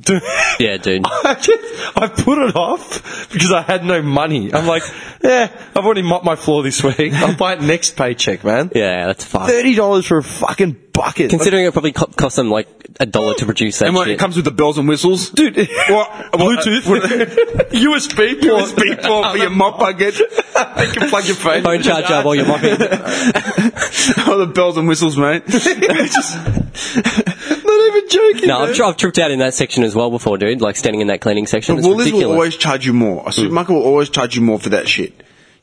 F: Dude,
G: Yeah, dude.
F: I, just, I put it off because I had no money. I'm like, yeah, I've already mopped my floor this week. I'll buy it next paycheck, man.
G: Yeah, that's fucked.
F: $30 for a fucking bucket.
G: Considering it probably co- cost them like a dollar to produce that
H: and what,
G: shit.
H: it comes with the bells and whistles. uh,
F: Dude,
H: What?
F: [LAUGHS] Bluetooth,
H: [LAUGHS]
F: USB port,
H: USB port for your mop bucket.
F: [LAUGHS] You can plug your phone.
G: Phone charger
F: [LAUGHS]
H: [LAUGHS]
G: while you're
F: [LAUGHS]
G: mopping.
H: All the bells and whistles, mate.
F: Not even joking.
G: No, I've,
F: dude.
G: tri- I've tripped out in that section as well before, dude. Like standing in that cleaning section.
H: But
G: It's
H: Woolies will
G: ridiculous.
H: always charge you more. A supermarket will always charge you more for that shit.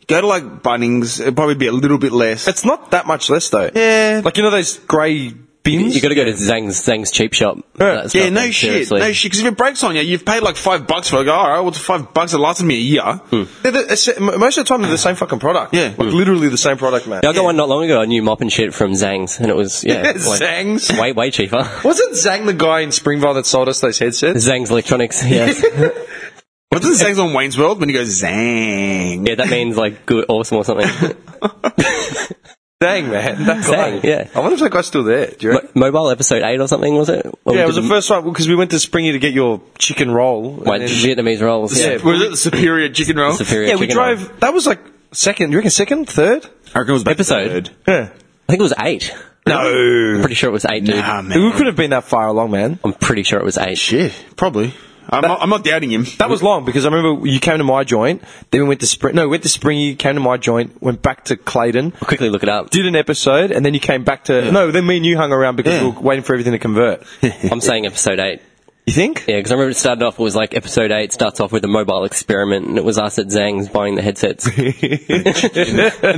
H: Go to like Bunnings, it'll probably be a little bit less.
F: It's not that much less though.
H: Yeah.
F: Like you know those grey bins.
G: you got to go to Zang's, Zang's cheap shop. That's
H: yeah,
G: nothing,
H: no shit,
G: seriously.
H: no shit. Because if it breaks on you, you've paid like five bucks for it. I Go, all right, what's five bucks that lasted me a year?
F: They're the- it's- m- most of the time they're the same fucking product.
H: Yeah.
F: Like literally the same product, man.
G: Yeah, I got one not long ago. A new mop and shit from Zang's, and it
H: [LAUGHS]
G: was yeah, like,
F: Zang's.
G: way way cheaper.
F: Wasn't Zang the guy in Springvale that sold us those headsets?
G: Zang's Electronics. [LAUGHS] Yes,
H: What does it say on Wayne's World when he goes zang?
G: yeah, that means like good, awesome,
H: [LAUGHS]
G: or something.
F: Zang, man. That guy.
G: Zang, yeah.
F: I wonder if that guy's still there. Do you reckon?
G: Mo- mobile episode eight or something was it? Or
F: yeah,
G: we
F: it was the
G: did
F: first one because we went to Springy to get your chicken roll. and
G: my
F: then-
G: Vietnamese rolls.
F: Yeah.
G: Yeah,
H: Was it the superior chicken roll?
G: Superior
F: yeah, we
G: chicken roll.
F: drove. Oh. That was like second. You reckon second, third?
H: I reckon it was about
G: Episode.
F: Yeah.
H: third.
G: I think it was eight.
H: No,
G: I'm pretty sure it was eight, dude.
H: nah,
F: We
H: man.
F: could have been that far along, man.
G: I'm pretty sure it was eight.
H: Shit, probably. I'm, not, I'm not doubting him.
F: That was long because I remember you came to my joint, then we went to Spring. No, we went to Springy, came to my joint, went back to Clayton,
G: I'll quickly look it up.
F: did an episode, and then you came back to. No, then me and you hung around because we
H: Yeah.
F: were waiting for everything to
G: [LAUGHS]
F: convert.
G: I'm saying episode eight.
F: You think?
G: Yeah, because I remember it started off, it was like episode 8 starts off with a mobile experiment, and it was us at Zang's buying
H: [LAUGHS]
G: the headsets.
H: and then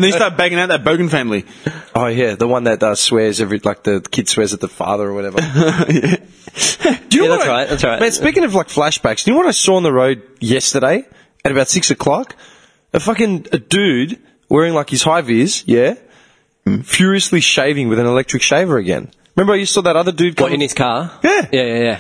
H: you start banging out that Bogan family.
F: Oh yeah, the one that uh, swears every like the kid swears at the father or
G: [LAUGHS]
F: whatever. [LAUGHS] Do you
G: Yeah,
F: what
G: that's
F: I-
G: right, that's right.
F: Man, speaking of like flashbacks, do you know what I saw on the road yesterday at about six o'clock? A fucking a dude wearing like his high vis, yeah,
G: Hmm.
F: furiously shaving with an electric shaver again. Remember, you saw that other dude.
G: what,
F: come-
G: in his car?
F: Yeah.
G: Yeah, yeah, yeah.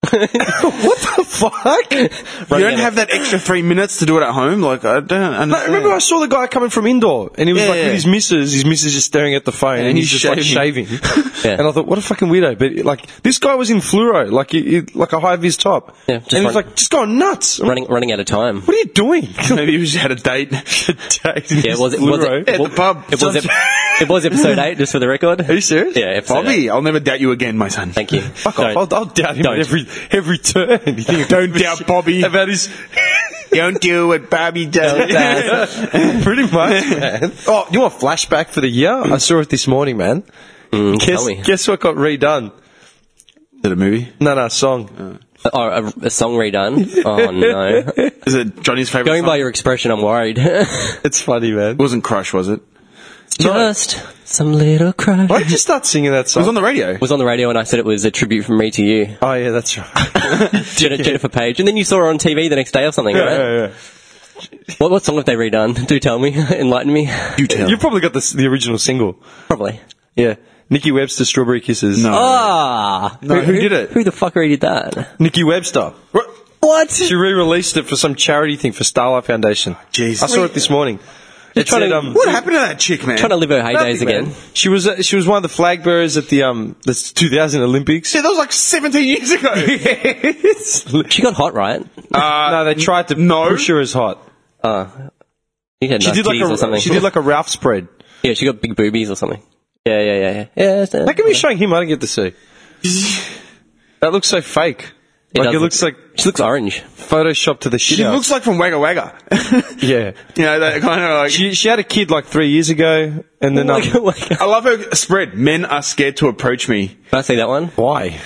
F: what the fuck?
H: you
G: at
H: don't
G: it.
H: have that extra three minutes to do it at home. Like I don't understand.
F: No, remember, I saw the guy coming from indoor, and he was
H: Yeah,
F: like
H: yeah.
F: with his missus. His missus just staring at the phone, and, he's,
H: he's
F: just
H: shaving.
F: like shaving.
G: Yeah.
F: And I thought, what a fucking weirdo! But like, this guy was in fluoro, like he, he- like a high vis top,
G: Yeah,
F: and
G: just
F: he was
G: run-
F: like, just going nuts. I'm like,
G: Running running out of time.
F: what are you doing?
H: Maybe he was at
F: [LAUGHS]
H: a date. [LAUGHS]
G: Yeah, was it, was
F: Fluoro.
G: it,
F: At
G: wa-
H: the pub.
G: It was, ep-
H: [LAUGHS]
G: it was episode 8, just for the record.
F: Are you serious?
G: Yeah, episode
H: Bobby, [LAUGHS]
G: 8.
H: I'll never doubt you again, my son.
G: Thank you.
F: Fuck off! I'll, I'll doubt him at
G: Don't.
F: every every turn. You think
H: [LAUGHS] Don't doubt Bobby.
F: about his
H: [LAUGHS] Don't do what Bobby does.
F: pretty much. Man.
H: [LAUGHS]
F: Oh, you want a flashback for the year? I saw it this morning, man.
G: Mm, Tell
F: guess,
G: me.
F: guess what got redone?
H: Is it a movie?
F: No, no song.
G: Oh, a, a song redone?
H: [LAUGHS]
G: Oh, no.
H: Is it Johnny's favorite?
G: Going
H: song?
G: by your expression, I'm worried. [LAUGHS]
F: It's funny, man.
H: it wasn't Crush, was it?
G: just some little crush.
F: Why did you start singing that
H: It
F: song?
H: was on the radio.
G: was on the radio and I said it was a tribute from me to you,
F: oh yeah, that's right. [LAUGHS]
G: Jen- Jennifer Page, and then you saw her on TV the next day or something, right? What, what song have they redone? [LAUGHS] Do tell me, enlighten me.
H: you tell.
F: You've probably got the, s- the original single.
G: Probably.
F: Yeah, Nikki Webster, Strawberry Kisses.
H: No.
G: Ah,
H: No, who did it?
G: Who the fuck already did that?
F: Nikki Webster. What? She re-released it for some charity thing for Starlight Foundation.
H: Jeez.
F: I saw it this morning. It
G: trying
F: said,
G: to-
F: um,
H: What happened to that chick, man?
G: Trying to live her heydays
H: Nothing, man.
G: again.
F: She was uh, she was one of the flag bearers at the um the 2000 Olympics.
H: Dude, that was like 17 years ago.
F: [LAUGHS]
G: She got hot, right?
F: Uh, no, they tried to
H: [LAUGHS] no.
F: push her as hot.
G: She had
F: She
G: nice
F: did like
G: titties or
F: a
G: something.
F: she did like a Ralph spread.
G: yeah, she got big boobies or something. Yeah, yeah, yeah, yeah. yeah it's, uh,
F: How can we showing him? I don't get to see. That looks so fake. like
G: does
F: it
G: look-
F: looks like
G: she looks orange.
F: photoshopped to the shit.
H: She
F: out.
H: looks like from Wagga Wagga.
F: [LAUGHS] yeah.
H: you know, that kind of like.
F: She she had a kid like three years ago, and then
G: [LAUGHS]
F: um,
G: Like, like,
H: I love her spread. Men are scared to approach me.
G: can I see that one?
F: why?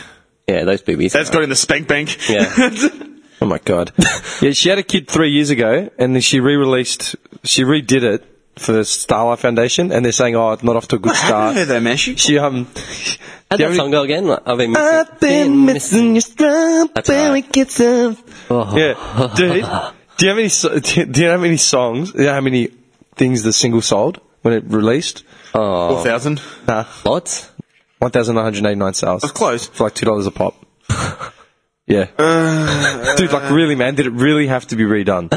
G: Yeah, those boobies.
H: That's got in the spank bank. [LAUGHS]
G: Yeah.
F: Oh my god! yeah, she had a kid three years ago, and then she re-released, she redid it for the Starlight Foundation, and they're saying, "Oh, it's not off to a good
H: what happened to her
F: start."
H: though, man? She,
F: She [LAUGHS] um,
G: How'd
F: Yeah,
G: that
F: we-
G: song go again? I've been missing.
F: I've been missing your
G: That's right.
F: strawberry kisses.
G: Oh.
F: Yeah, dude. Do you have any? so- Do you do you know how many songs? Do you know how many things the single sold when it released?
H: 4,000.
F: Nah,
G: Lots?
F: one thousand nine hundred eighty-nine sales.
H: That's close.
F: for like two dollars a pop. [LAUGHS] yeah, [LAUGHS]
H: Uh,
F: dude. Like really, man. Did it really have to be redone?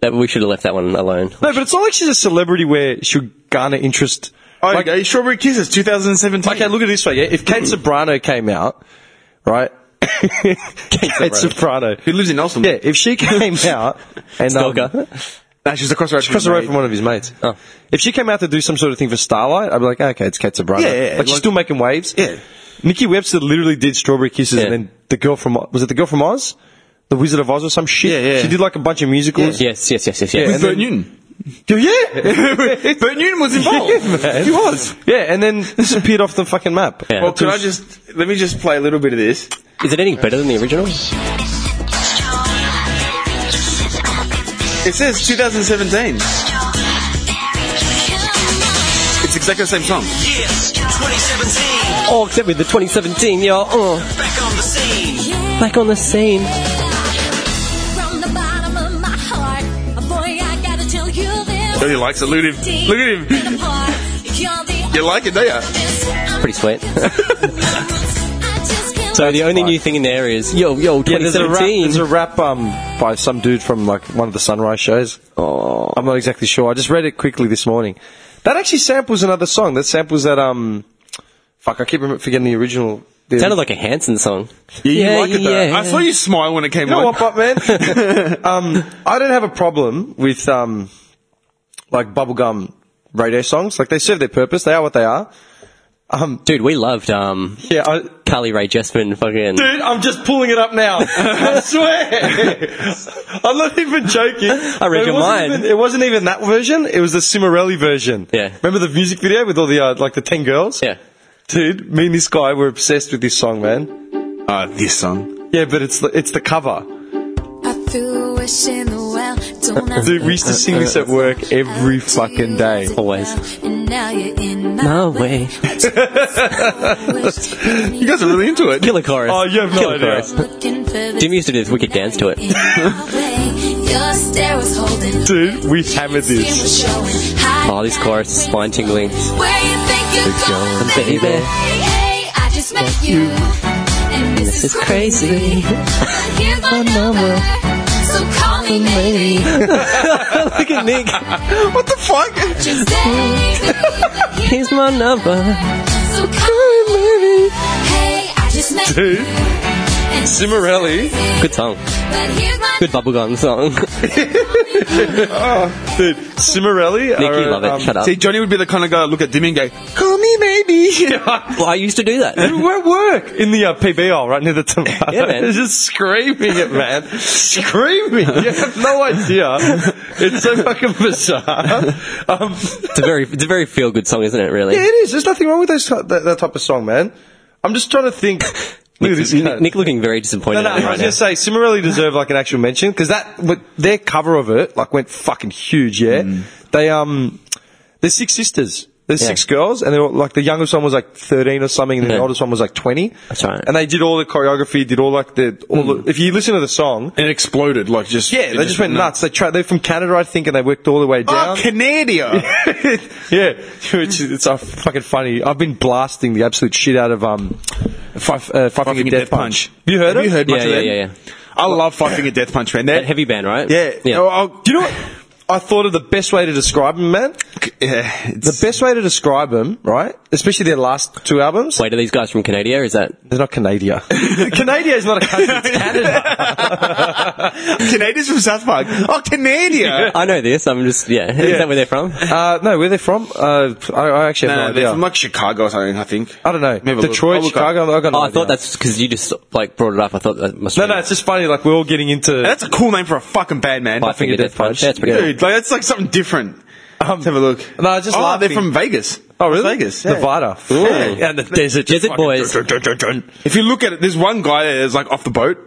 G: That, we should have left that one alone.
F: No, but it's not like she's a celebrity where she'll garner interest.
H: Oh,
F: Like-
H: okay. Strawberry Kisses, 2017.
F: Okay, look at it this way. Yeah, if
H: Mm.
F: Kate Sobrano came
H: [LAUGHS]
F: out, right? Kate, Sobrano.
H: Who lives in Nelson?
F: Yeah, if she [LAUGHS] came
H: [LAUGHS]
F: out and [LAUGHS] um,
G: Stalker.
H: No, she's across the road.
F: across the
H: from
F: road
H: me.
F: from one of his mates,
G: Oh.
F: if she came out to do some sort of thing for Starlight, I'd be like, okay, it's Kate Sobrano.
H: Yeah, yeah,
F: like,
H: yeah.
F: she's
H: Like-
F: still making waves.
H: Yeah.
F: Nikki Webster literally did Strawberry Kisses,
G: Yeah.
F: and then the girl from was it the girl from Oz, the Wizard of Oz or some shit?
H: Yeah, yeah.
F: She did like a bunch of musicals.
G: Yes, yes, yes, yes, yes.
F: Yeah,
H: With
F: and then-
H: Vern Newton.
F: [LAUGHS] Yeah,
H: Bert Newton
F: [LAUGHS]
H: was involved.
F: he was. Yeah, and then disappeared off the fucking map.
G: Yeah.
H: Well, can I just let me just play a little bit of this?
G: Is it any better than the original?
H: It says 2017. It's exactly the same song.
G: Oh, except with the 2017, yeah. Oh, back on the scene.
J: From the bottom of my heart, oh boy, I gotta tell you this.
H: Oh, he likes it. Look at him. Look at him. You like it, do you?
G: Pretty sweet. [LAUGHS]
J: so
G: So the only new thing in there is yo, yo,
F: Yeah, there's a rap.
G: 2017.
F: There's a rap um, by some dude from like one of the Sunrise shows. Oh, I'm not exactly sure. I just read it quickly this morning. That actually samples another song. That samples that um, fuck. I keep remem- forgetting the original. The,
G: sounded like a Hanson song.
H: you like it though. I saw you smile when it came
F: you know
H: on.
F: what, Bob, man? [LAUGHS] um, I don't have a problem with um, like bubblegum radio songs. Like they serve their purpose. They are what they are.
G: Dude, we loved um,
F: Yeah. I,
G: Carly Ray Jepsen fucking.
F: Dude, I'm just pulling it up
G: [LAUGHS]
F: now. I swear. I'm not even joking. I
G: read
F: it
G: your
F: wasn't
G: mind.
F: even- it wasn't even that version. It was the Cimarelli version.
G: Yeah.
F: Remember the music video with all the uh, like the ten girls?
G: Yeah.
F: Dude, me and this guy were obsessed with this song, man.
H: Uh, this song.
F: Yeah, but it's the, it's the cover.
J: I threw a wish in the well. Don't have
F: Dude, we used to sing this at work every fucking day.
G: Always.
J: And now you're in my,
G: No way.
J: wish.
H: You guys are really into it.
G: Killer chorus.
F: Oh, you have no
G: Killer
F: idea.
G: chorus.
J: Looking for the
G: Jimmy used to do this wicked dance to it.
J: in my way. Your stare was holding.
F: Dude, we hammered
J: Skin
F: this.
J: was showing. High
G: Oh, this chorus is spine tingling.
J: Where you think you're going,
G: Baby.
J: baby? Hey, I just met you, and this,
G: This is [LAUGHS] crazy.
J: Here's my number, so call me maybe.
G: [LAUGHS] Look at Nick.
H: What the fuck?
J: Just say [LAUGHS] maybe.
G: Here's my number.
J: so call me maybe. Hey, I just met
F: Dude,
J: and
F: Cimarelli.
G: Good song.
J: But here's my
G: Good bubblegum song. [LAUGHS]
F: Dude, Cimarelli.
G: Nick,
F: are,
G: you love it.
F: um,
G: Shut up.
H: See, Johnny would be the kind of guy that look at Dimmy and go, "Call me, maybe."
F: [LAUGHS]
G: well, I used to do that.
F: We're at work in the uh, PBR right near the tomato.
G: Yeah, man.
F: It's just screaming it,
G: [LAUGHS]
F: man. screaming. You have no idea. It's so fucking bizarre. Um,
G: It's a very, it's a very feel good song, isn't it? Really.
F: yeah, it is. There's nothing wrong with those, that, that type of song, man. I'm just trying to think. Look at this
G: Nick,
F: cunt.
G: Nick looking very disappointed.
F: No, no,
G: at
F: I
G: me right
F: was
G: now.
F: going to say, Cimarelli deserved like an actual mention because that, but their cover of it like went fucking huge. Yeah, they um, there's six sisters. There's
G: Mm. Yeah.
F: six girls, and they were, like the youngest one was like 13 or something, and then
G: Yeah.
F: the oldest one was like 20.
G: That's right. Mm.
F: And they did all the choreography, did all like the all. The, if you listen to the song,
H: And it exploded like just.
F: yeah, they just went nuts. They tried. They're from Canada, I think, and they worked all the way
H: Oh,
F: down.
H: Canada.
F: [LAUGHS] yeah, which is, it's uh, fucking funny. I've been blasting the absolute shit out of um, five, uh, five Finger
H: Finger
F: Death,
H: Death
F: Punch.
H: Punch.
F: Have You heard it?
H: Have you heard much
G: Yeah,
H: of
G: yeah,
H: that?
G: yeah, yeah.
H: I love fighting a death punch man.
G: That
H: That
G: heavy band, right?
H: Yeah.
G: Yeah.
H: Oh, I'll-
F: Do you know what? I thought of the best way to describe him, man.
H: yeah, it's-
F: The best way to describe him, right? Especially their last two albums.
G: Wait, are these guys from Canada? Is that?
F: They're not Canada. Canada is not a country. It's Canada.
H: Canadians from South Park. Oh,
F: [LAUGHS]
H: Canada.
G: I know this. I'm just yeah. [LAUGHS] Is that where they're from?
F: [LAUGHS]
G: Oh,
F: Uh, no, where they're from? Uh, I, I actually have
H: No,
F: no,
H: no, they're
F: idea.
H: from like Chicago or something. I think.
F: I don't know.
H: Maybe I'll look-
F: Detroit,
H: I'll look up.
F: Chicago. I got no
G: Oh, I
F: idea.
G: thought that's because you just like brought it up. I thought that must.
F: No,
G: be
F: no, it's just funny. Like we're all getting into.
H: That's a cool name for a fucking band, man.
G: Five Finger Death Punch. That's pretty
H: Dude, like, that's like something different.
F: Um,
H: Let's have a look.
F: No, I was just
H: oh,
F: laughing.
H: they're from Vegas.
F: Oh, really?
H: Vegas. yeah.
F: Nevada.
G: Yeah.
F: And the desert.
G: Desert
F: Fucking-
G: Boys.
H: If you look at it, there's one guy that's like off the boat.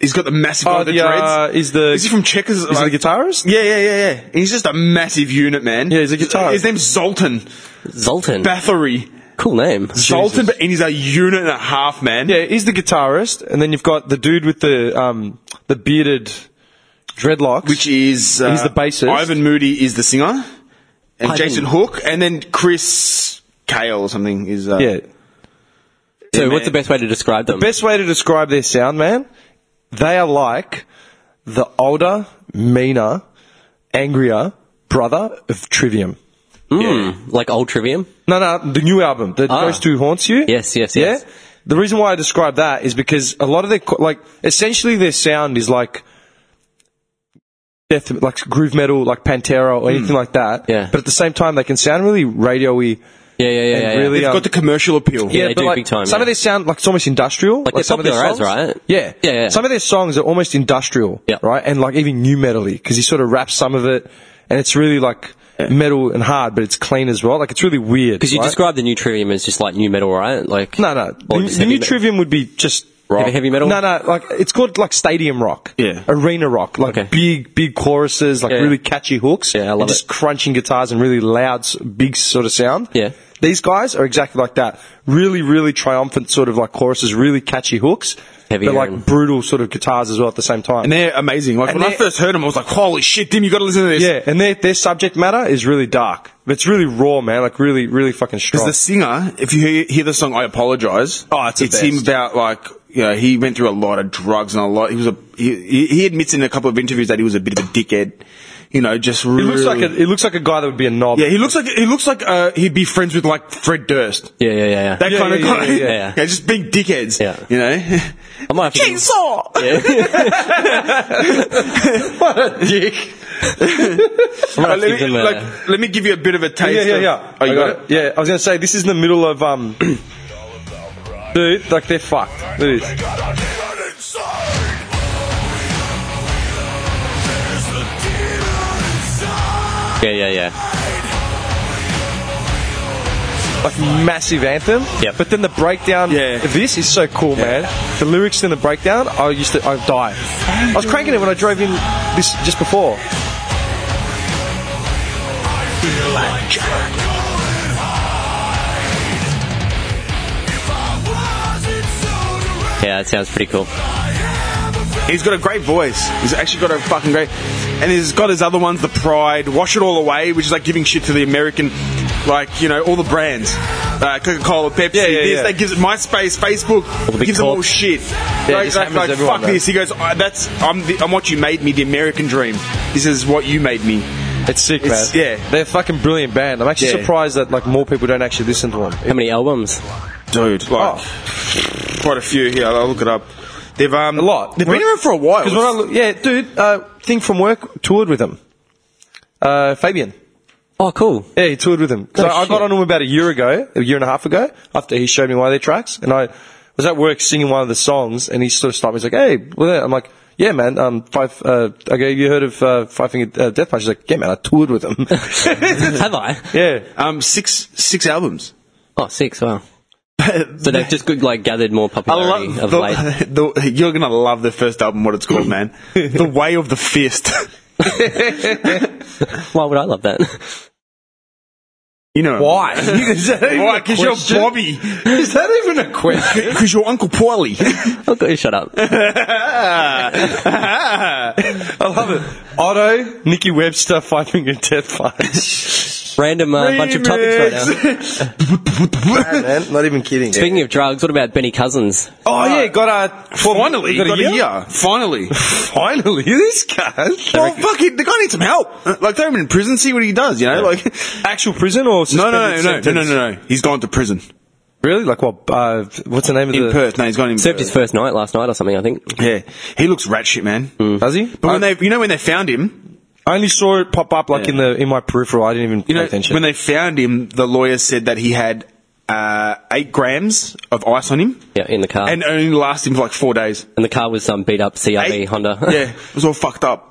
H: He's got the massive guy
F: Oh,
H: with
F: the,
H: dreads.
F: uh, is the
H: is he from Checkers?
F: Is he the guitarist?
H: Yeah, yeah, yeah, yeah. He's just a massive unit, man.
F: Yeah, he's a guitarist.
H: His name's Zoltan
G: Zoltan.
H: Bathory.
G: cool name.
H: Zoltan, but- and he's a unit and a half, man.
F: Yeah, he's the guitarist, and then you've got the dude with the um the bearded dreadlocks,
H: Which is uh,
F: He's the bassist.
H: Ivan Moody is the singer, and
G: Ivan.
H: Jason Hook, and then Chris Kale or something is uh,
F: yeah.
G: So,
H: Yeah, man.
G: what's the best way to describe them?
F: Best way to describe their sound, man. They are like the older, meaner, angrier brother of Trivium.
G: Mm, Like old Trivium.
F: No, no, the new album, the
G: Ah.
F: Ghost Who Haunts You.
G: Yes, yes,
F: yeah.
G: yes.
F: The reason why I describe that is because a lot of their co- like essentially their sound is like death, like groove metal, like Pantera or anything like that.
G: Hmm. Yeah.
F: But at the same time, they can sound really radio-y.
G: Yeah, yeah, yeah,
F: And
G: yeah. yeah.
F: really-
H: They've
F: um,
H: got the commercial appeal.
G: Yeah, they
F: but
G: do
F: like,
G: big time,
F: Some
G: yeah.
F: of their sound like it's almost industrial. Like,
G: they're
F: some of their
G: popular as,
F: songs.
G: right?
F: Yeah.
G: Yeah, yeah.
F: Some of their songs are almost industrial.
G: Yeah.
F: Right, and like even new metally because he sort of raps some of it. and it's really like metal and hard, but it's clean as well. Like it's really weird.
G: Because you
F: right?
G: described the new Trivium as just like new metal, right? Like
F: no, no.
G: Or
F: The,
G: just
F: the
G: heavy
F: new
G: metal.
F: Trivium would be just
G: Heavy- heavy metal?
F: No, no. Like it's called like stadium rock.
H: Yeah.
F: arena rock. Like
G: Okay.
F: big, big choruses, like
G: Yeah.
F: really catchy hooks.
G: Yeah, I love
F: and Just
G: it.
F: crunching guitars and really loud, s- big sort of sound.
G: Yeah.
F: These guys are exactly like that. Really, really triumphant sort of like choruses, really catchy hooks,
G: Heavy
F: but
G: and-
F: like brutal sort of guitars as well at the same time.
H: And they're amazing. Like
F: And
H: when I
F: they're-
H: first heard them, I was like, "Holy shit, Dim, you got to listen to this."
F: yeah, and their their subject matter is really dark. It's really raw, man. Like really, really fucking strong.
H: Because the singer, if you hear, hear the song "I Apologize,"
F: Oh, it's the
H: it's him
F: best.
H: about like you know he went through a lot of drugs and a lot. He was a he, he- he admits in a couple of interviews that he was a bit of a dickhead. You know, just
F: it
H: really.
F: looks like a, it looks like a guy that would be a knob.
H: yeah, he looks like he looks like uh, he'd be friends with like Fred Durst.
G: Yeah, yeah, yeah. yeah.
H: That
F: Yeah,
H: kind of
F: yeah, yeah,
H: guy.
F: yeah,
G: [LAUGHS] yeah.
H: just big dickheads.
G: Yeah.
H: You know?
G: I might have
H: [LAUGHS]
G: to
H: Chainsaw! [LAUGHS]
F: what a
H: [LAUGHS]
F: dick.
H: Uh,
G: have to
H: let, me,
G: give them a-
H: like, let me give you a bit of a taste.
F: Yeah, yeah,
H: of-
F: yeah.
H: Oh, you
F: I
H: got, it?
F: Yeah, I was gonna say this is in the middle of um, [CLEARS THROAT] dude, like they're fucked. Look at this.
G: Yeah, yeah, yeah.
F: Like massive anthem.
G: Yep.
F: But then the breakdown.
H: Yeah.
F: of This is so cool, man. The lyrics in the breakdown. I used to. I die. I was cranking it when I drove in this just before.
G: Yeah, it sounds pretty cool.
H: He's got a great voice. He's actually got a fucking great. And he's got his other ones, The Pride, Wash It All Away, which is like giving shit to the American, like, you know, all the brands. Uh, Coca Cola, Pepsi,
F: Yeah, yeah,
H: this,
F: yeah.
H: that gives it MySpace, Facebook,
G: the big
H: gives them all
G: corps.
H: shit.
F: Yeah,
H: like,
F: it just
H: like,
F: hammers
H: like,
F: everyone,
H: fuck
F: man.
H: this. He goes, I that's, I'm, the, I'm what you made me, the American dream. This is what you made me.
F: It's sick,
H: It's-
F: man.
H: yeah.
F: They're a fucking brilliant band. I'm actually
H: Yeah.
F: surprised that like more people don't actually listen to them.
G: How many albums?
H: Dude, like,
F: Oh.
H: quite a few here. I'll look it up. They've, um,
F: A lot.
H: They've been around for a while.
F: 'Cause when I look, yeah, dude, uh, thing from work toured with them. Uh, Fabian.
G: Oh, cool.
F: Yeah, he toured with him. So
G: Oh,
F: I
G: shit.
F: got on him about a year ago, a year and a half ago, after he showed me one of their tracks, and I was at work singing one of the songs, and he sort of stopped me. He's like, "Hey, well, yeah." I'm like, "Yeah, man." Um, five. Uh, I go, "You heard of uh, Five Finger uh, Death Punch?" He's like, "Yeah, man, I toured with
H: [LAUGHS]
F: him."
G: [COUGHS] have I?
F: yeah,
H: um, six, six albums.
G: Oh, six. Wow. so they've just good, like gathered more popularity of
H: the,
G: late.
H: [LAUGHS] the- you're gonna love the first album. What it's [LAUGHS] called, man? the Way of the Fist. [LAUGHS]
G: Why would I love that? [LAUGHS]
H: You know [LAUGHS]
F: why? Is that even
H: Why?
F: a
H: Because you're
F: question?
H: Bobby.
F: Is that even a question?
H: [LAUGHS] Because you're Uncle [LAUGHS] Paulie.
G: Okay, Oh, shut up.
F: I love it. Otto, Nikki Webster, Five Finger Death
H: [LAUGHS]
F: Punch.
G: Random uh, bunch of topics right now.
F: Hey, man, not even kidding.
G: Speaking of drugs, what about Benny Cousins?
F: Oh yeah, got a
H: Finally, got, a, year? [LAUGHS] Finally.
F: Finally, this guy.
H: well, fucking, the guy needs some help. Like, throw him in prison, see what he does. You know, like. [LAUGHS]
F: Actual prison or
H: No,
F: suspended
H: no, no, no, no,
F: sentence?
H: no, no, no. He's gone to prison
F: Really? Like what? Uh, what's the name of
H: in
F: the?
H: Perth. No, he's gone in.
G: Served his first night last night or something, I think.
H: Yeah, he looks rat shit, man.
F: Does he?
H: But
F: Mm. I,
H: when they, you know, when they found him,
F: I only saw it pop up like
H: Yeah.
F: in the in my peripheral. I didn't even
H: you know,
F: pay attention.
H: when they found him, the lawyer said that he had uh, eight grams of ice on him.
G: Yeah, in the car.
H: and
G: And,
H: only lasted him for like four days.
G: the car was some beat up CRV
H: Eight-
G: Honda.
H: [LAUGHS] yeah, it was all fucked up.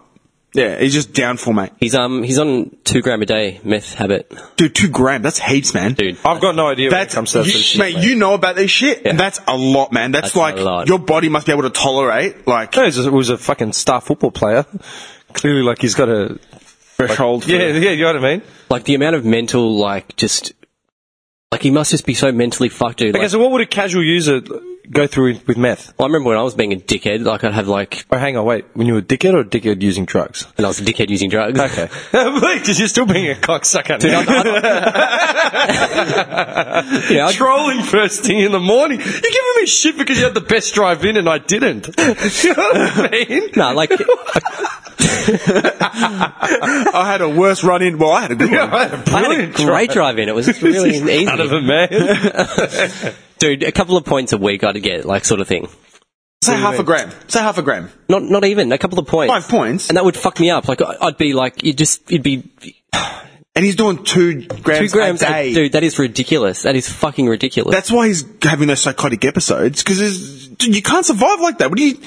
H: Yeah, he's just down for mate.
G: He's um he's on two gram a day meth habit,
H: Dude, two gram, that's heaps, man.
G: dude.
F: I've got no idea.
H: That's
F: when it comes to that
H: you,
F: sort of shit,
H: mate, You know about this shit, and that's a lot, man. That's,
G: That's
H: like
G: a lot.
H: your body must be able to tolerate like [LAUGHS]
F: No, he was a- he was a fucking star football player. Clearly, like he's got a
H: threshold. for-
F: yeah, yeah. You know what I mean?
G: Like the amount of mental like just like he must just be so mentally fucked, dude.
F: Okay,
G: Like,
F: so what would a casual user go through with meth?
G: I remember when I was being a dickhead, like I'd have like
F: Oh, hang on, wait. When you were a dickhead or a dickhead using drugs?
G: and I was a dickhead using
F: [LAUGHS]
G: drugs.
F: Okay, because you're still being a cocksucker. Dude,
G: [LAUGHS] Yeah,
F: [LAUGHS]
G: I'd-
F: trolling first thing in the morning. You're giving me shit because you had the best drive in and I didn't. [LAUGHS] you know what I mean?
G: no, like
H: I had a worse run in. Well, I had a good one.
G: I had a great drive in. It was really easy.
F: Out of a man.
G: Dude, a couple of points a week I'd get, like sort of thing.
H: Say half a gram. Say half a gram.
G: Not not even, a couple of points.
H: Five points,
G: And that would fuck me up. Like I- I'd be like you just you'd be
H: and he's doing two grams,
G: two grams
H: a
G: a
H: day.
G: dude, that is ridiculous. That is fucking ridiculous.
H: That's why he's having those psychotic episodes because you can't survive like that. What do you?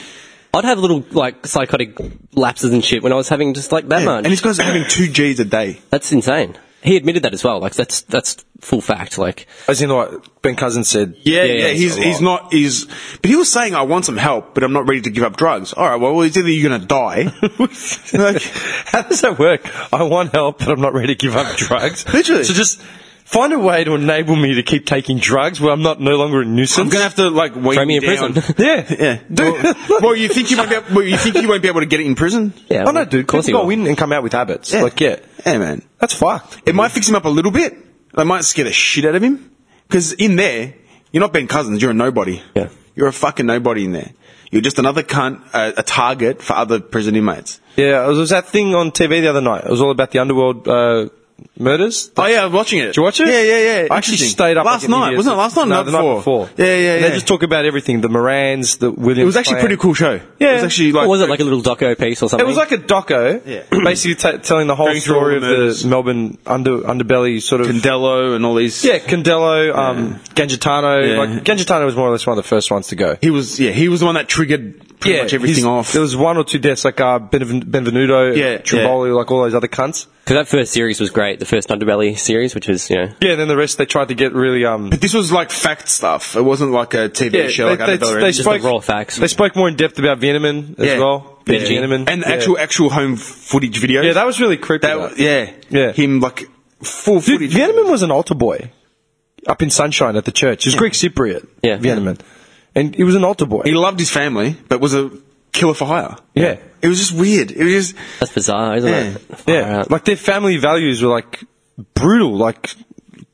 G: I'd have little like psychotic lapses and shit when I was having just like that
H: Yeah,
G: much.
H: And this guy's having two G's a day.
G: that's insane. He admitted that as well. Like that's that's full fact. Like
F: As in, like Ben Cousins said.
H: Yeah, yeah,
G: yeah,
H: he's
G: it's a
H: he's not he's, but he was saying I want some help, but I'm not ready to give up drugs. All right, well, it's either you're gonna
G: [LAUGHS]
H: die.
F: Like, [LAUGHS] how does that work? I want help, but I'm not ready to give up drugs.
H: [LAUGHS] Literally.
F: So just find a way to enable me to keep taking drugs where I'm not no longer a nuisance.
H: I'm gonna have to like wait
G: throw me in
H: down.
G: prison.
F: [LAUGHS] yeah,
H: Yeah. Well,
G: [LAUGHS]
H: well, you think you won't be able, well, you think you won't be able to get it in prison?
G: yeah.
F: Oh no, dude.
G: Of course he
F: people go
G: will.
F: in and come out with habits.
H: Yeah.
F: Like, yeah,
H: Yeah, man.
F: that's fucked.
H: It might fix him up a little bit. It might scare the shit out of him. Because in there, you're not Ben Cousins. You're a nobody.
G: Yeah.
H: You're a fucking nobody in there. You're just another cunt, uh, a target for other prison inmates.
F: Yeah, it was, it was that thing on TV the other night. It was all about the underworld uh, murders.
H: Oh yeah, I'm watching it.
F: Did you watch it?
H: Yeah, yeah, yeah.
F: I actually
H: Interesting.
F: stayed up
H: last
F: like an
H: night.
F: idiot.
H: Wasn't it last night?
F: No,
H: or
F: the night before.
H: Yeah, yeah,
F: And
H: yeah. Oh,
F: They just talk about everything: the Morans, the Williams.
H: it was actually a
F: clan.
H: pretty cool show.
F: Yeah.
H: it was actually like
G: Or was it like a little doco piece or something?
F: It was like a doco,
H: Yeah.
F: [CLEARS THROAT] basically t- telling the whole
H: Going through all
F: story
H: the
F: of
H: murders.
F: the Melbourne under underbelly sort of.
H: Candello and all these.
F: yeah, Condello, um, Gangitano.
H: Yeah.
F: Like, Gangitano was more or less one of the first ones to go.
H: he was. Yeah, he was the one that triggered pretty much everything
F: he's-
H: off.
F: There was one or two deaths, like uh, Benven- Benvenuto,
H: Yeah,
F: Trimboli, like all those other cunts.
G: because that first series was great. The first Underbelly series, which was you know
F: Yeah, and then the rest they tried to get really um,
H: but this was like fact stuff. It wasn't like a TV show. like
F: they,
H: Annabelle
F: they,
H: or
F: they
H: anything.
G: Just
F: spoke
G: the raw facts.
F: They spoke more in depth about Vienneman as
H: Yeah.
F: well.
H: Yeah.
F: Yeah. Vienneman
H: and
F: Yeah.
H: actual actual home footage videos.
F: Yeah, that was really creepy.
H: That
F: though.
H: wa- yeah,
F: Yeah.
H: Him like full
F: Dude,
H: footage.
F: Vienneman was an altar boy up in Sunshine at the church. He was Greek Cypriot.
G: Yeah.
F: Vienneman, and he was an altar boy.
H: He loved his family, but was a killer for hire.
F: yeah,
H: It was just weird. It was just
G: That's bizarre, isn't
H: Yeah.
G: it? Far
F: yeah.
G: out.
F: Like their family values were like brutal, like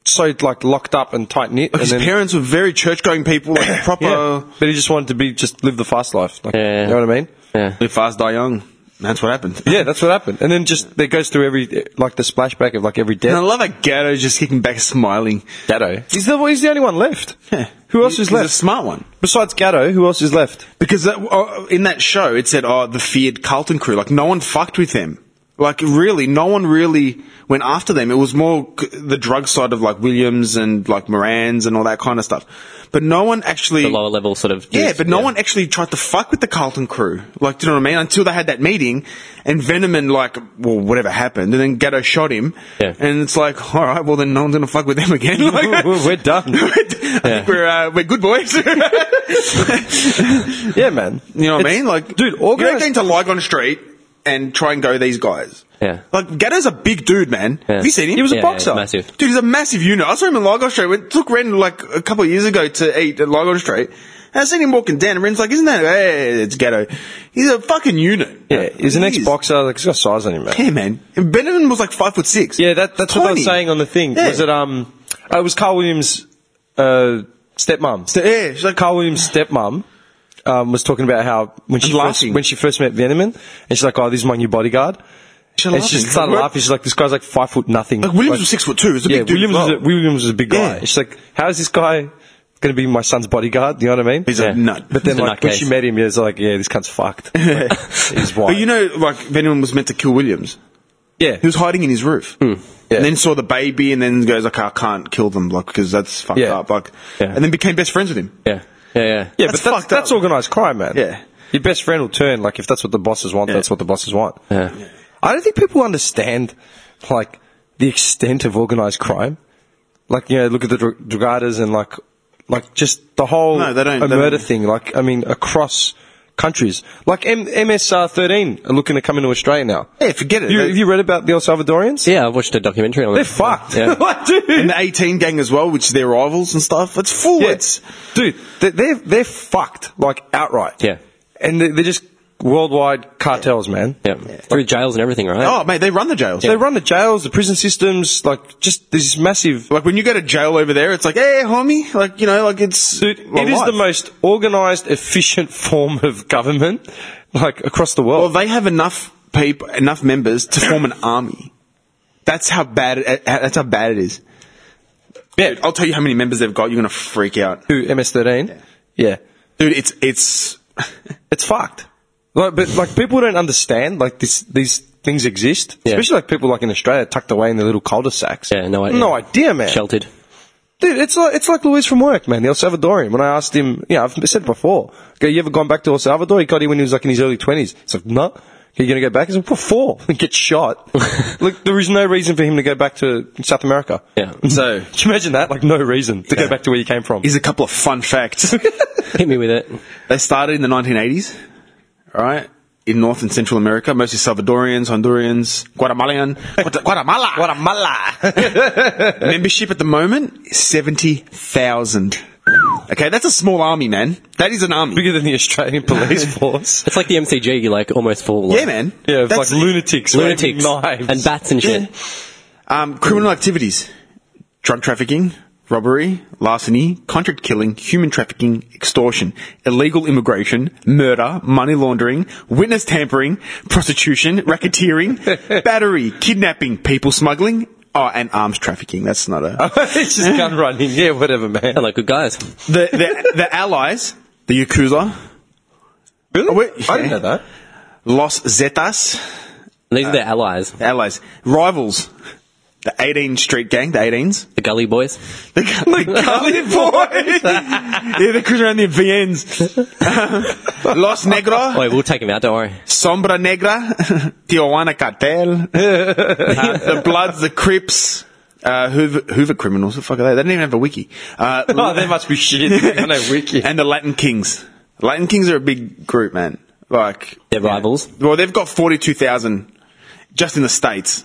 F: so like locked up and tight knit.
H: his parents were very church going
F: [COUGHS]
H: people, like proper.
F: yeah. but he just wanted to be just live the fast life. Like,
G: Yeah.
F: You know what I mean?
G: yeah.
H: Live fast, die young. And That's what happened.
F: Yeah, that's what happened. And then just it goes through every like the splashback of like every death.
H: And I love that Gatto just kicking back, smiling.
F: Gatto. He's the, he's the only one left.
H: [LAUGHS] Yeah.
F: Who else
H: He-
F: is
H: he's
F: left?
H: A smart one.
F: Besides Gatto, who else is left?
H: Because that, uh, in that show, it said, "Oh, the feared Carlton crew." Like no one fucked with them. Like really, no one really went after them. It was more c- the drug side of like Williams and like Moran's and all that kind of stuff. But no one actually
G: The lower level sort of.
H: Yeah, but no one actually tried to fuck with the Carlton crew. Like, do you know what I mean? Until they had that meeting, and Venom and like, well, whatever happened, and then Gatto shot him.
G: Yeah.
H: And it's like, [LAUGHS] all right, well then no one's gonna fuck with them again. [LAUGHS] Like,
F: We're- we're done.
H: [LAUGHS] we're, d- I think we're uh, we're good boys. [LAUGHS] you
F: Yeah, man.
H: know what I
F: It's-
H: mean? Like,
F: dude,
H: you don't
F: organized.
H: go into Lygon Street and try and go these guys.
G: Yeah.
H: Like Gatto's a big dude, man.
G: Yeah.
H: Have you seen him?
F: He was a
G: Yeah,
F: boxer.
G: it's massive.
H: Dude, he's a massive unit. I saw him in Lygon Street. It took Ren like a couple of years ago to eat at Lygon Street. And I seen him walking down, and Ren's like, "Isn't that? Hey, it's ghetto." He's a fucking unit.
F: Yeah, he's an
H: He is.
F: ex-boxer. Like, he's got size on him, man.
H: Yeah, man. And Benjamin was like five foot six.
F: Yeah, that, that's what I was
H: Tiny.
F: saying on the thing.
H: Yeah.
F: Was it um? uh, It was Carl Williams' uh, stepmom.
H: So, yeah, she's like,
F: Carl Williams' stepmom um, was talking about how when she
H: And
F: first,
H: laughing.
F: when she first met Veneman, and she's like, "Oh, this is my new bodyguard."
H: She's
F: and she
H: laughing.
F: started laughing. She's like, "This guy's like five foot nothing."
H: Like, Williams was six foot two. He's a
F: yeah,
H: big dude
F: Williams
H: as
F: was
H: well.
F: a, Williams was a big guy.
H: Yeah.
F: She's like, "How is this guy?" Going to be my son's bodyguard, you know what I mean?
H: He's a Yeah. nut.
F: But then,
G: He's a
F: like, when
G: nutcase.
F: she met him, yeah, it's like, yeah, this cunt's
H: [LAUGHS]
F: fucked. He's white.
H: but you know, like Venom was meant to kill Williams.
F: yeah,
H: He was hiding in his roof.
F: Hmm. Yeah.
H: And then saw the baby, and then goes like, "I can't kill them, like, because that's fucked
F: Yeah.
H: up." Like,
G: Yeah.
H: and then became best friends with him.
G: Yeah. Yeah. Yeah.
F: Yeah,
H: That's
F: but that's,
H: fucked
F: that's
H: up.
F: organised crime, man.
H: Yeah.
F: Your best friend will turn, like, if that's what the bosses want,
H: Yeah.
F: that's what the bosses want.
G: Yeah.
F: I don't think people understand, like, the extent of organised crime. Like, you know, look at the dr- Drogadas and, like, like just the whole
H: No, they don't-
F: a
H: they
F: murder
H: don't.
F: thing. Like, I mean, across countries. Like, M- MS-13 are looking to come into Australia now.
H: Yeah, forget it.
F: You,
H: They-
F: have you read about the El Salvadorians?
G: Yeah, I watched a documentary on
F: They're
G: it.
F: fucked. [LAUGHS]
G: Yeah.
F: Like, dude.
H: and the 18 gang as well, which is their rivals and stuff. It's full.
F: Yeah.
H: It's
F: dude, they- they're they're fucked like outright.
G: Yeah.
F: and they- they're just worldwide cartels, man.
G: Yeah. Through jails and everything, right?
H: oh mate, they run the jails.
F: They run the jails, the prison systems, like just this massive.
H: Like when you go to jail over there, it's like, hey, homie, like you know, like it's
F: Dude,
H: my
F: it is
H: life.
F: the most organized, efficient [LAUGHS] form of government, like across the
H: Well,
F: world.
H: they have enough people, enough members to form an army. That's how bad. It, that's how bad it is.
F: yeah,
H: I'll tell you how many members they've got. You're gonna freak out,
F: who MS13? Yeah.
H: dude. It's it's
F: it's fucked. Like, but like people don't understand like this. These things exist,
G: Yeah.
F: especially like people like in Australia tucked away in their little cul-de-sacs.
G: Yeah, no idea.
F: No idea, man.
G: Sheltered.
F: Dude, it's like it's like Luis from work, man, the El Salvadorian. When I asked him, you know, I've said it before, go, you ever gone back to El Salvador? He got here when he was like in his early twenties. He's like, no. Are you going to go back? He's like, what for? [LAUGHS] And get shot. like, there is no reason for him to go back to South America.
G: Yeah.
F: [LAUGHS]
H: So-
F: Can you imagine that? Like, no reason to go back to where you came from.
H: Here's a couple of fun [LAUGHS] facts.
G: Hit me with it.
H: They started in the 1980s, all right, in North and Central America, mostly Salvadorians, Hondurans, Guatemalan. Guata- Guatemala! [LAUGHS] Guatemala! Membership at the moment, 70,000. Okay, that's a small army, man. That is an
F: [LAUGHS]
H: army.
F: Bigger than the Australian [LAUGHS] police force.
G: It's like the MCG, like almost full. Like,
H: Yeah, man.
F: Yeah, it's
H: That's-
F: like lunatics, waving
G: Lunatics
F: knives.
G: and
F: [LAUGHS]
G: bats and shit.
H: Um, criminal activities, drug trafficking, robbery, larceny, contract killing, human trafficking, extortion, illegal immigration, murder, money laundering, witness tampering, prostitution,
F: [LAUGHS]
H: racketeering, battery, kidnapping, people smuggling, oh, and arms trafficking. That's not
F: Uh,
H: a.
F: it's just gun running. Yeah, whatever, man. [LAUGHS]
G: Hello, good guys.
H: the, the, the allies, the Yakuza,
F: Really?
H: Oh, wait,
F: I didn't know that.
H: Los Zetas,
G: These are their allies,
H: the allies, rivals, the 18 street gang, the 18s,
G: the Gully Boys.
F: [LAUGHS]
H: [LAUGHS] The Gully, Gully Boys. yeah, they cruise around the VNs. [LAUGHS] Los
G: Oh,
H: Negros,
G: wait, we'll take him out. Don't worry.
H: Sombra Negra, [LAUGHS] Tijuana
F: [LAUGHS]
H: Cartel, uh, the Bloods, the Crips, uh, Hoover, Hoover criminals. The fuck are they? They didn't even have a wiki. Uh,
F: [LAUGHS] Oh, they must be shit. I
H: [LAUGHS]
F: know, wiki.
H: and the Latin Kings. Latin Kings are a big group, man. Like
G: They're rivals.
H: Well, they've got forty-two thousand just in the states.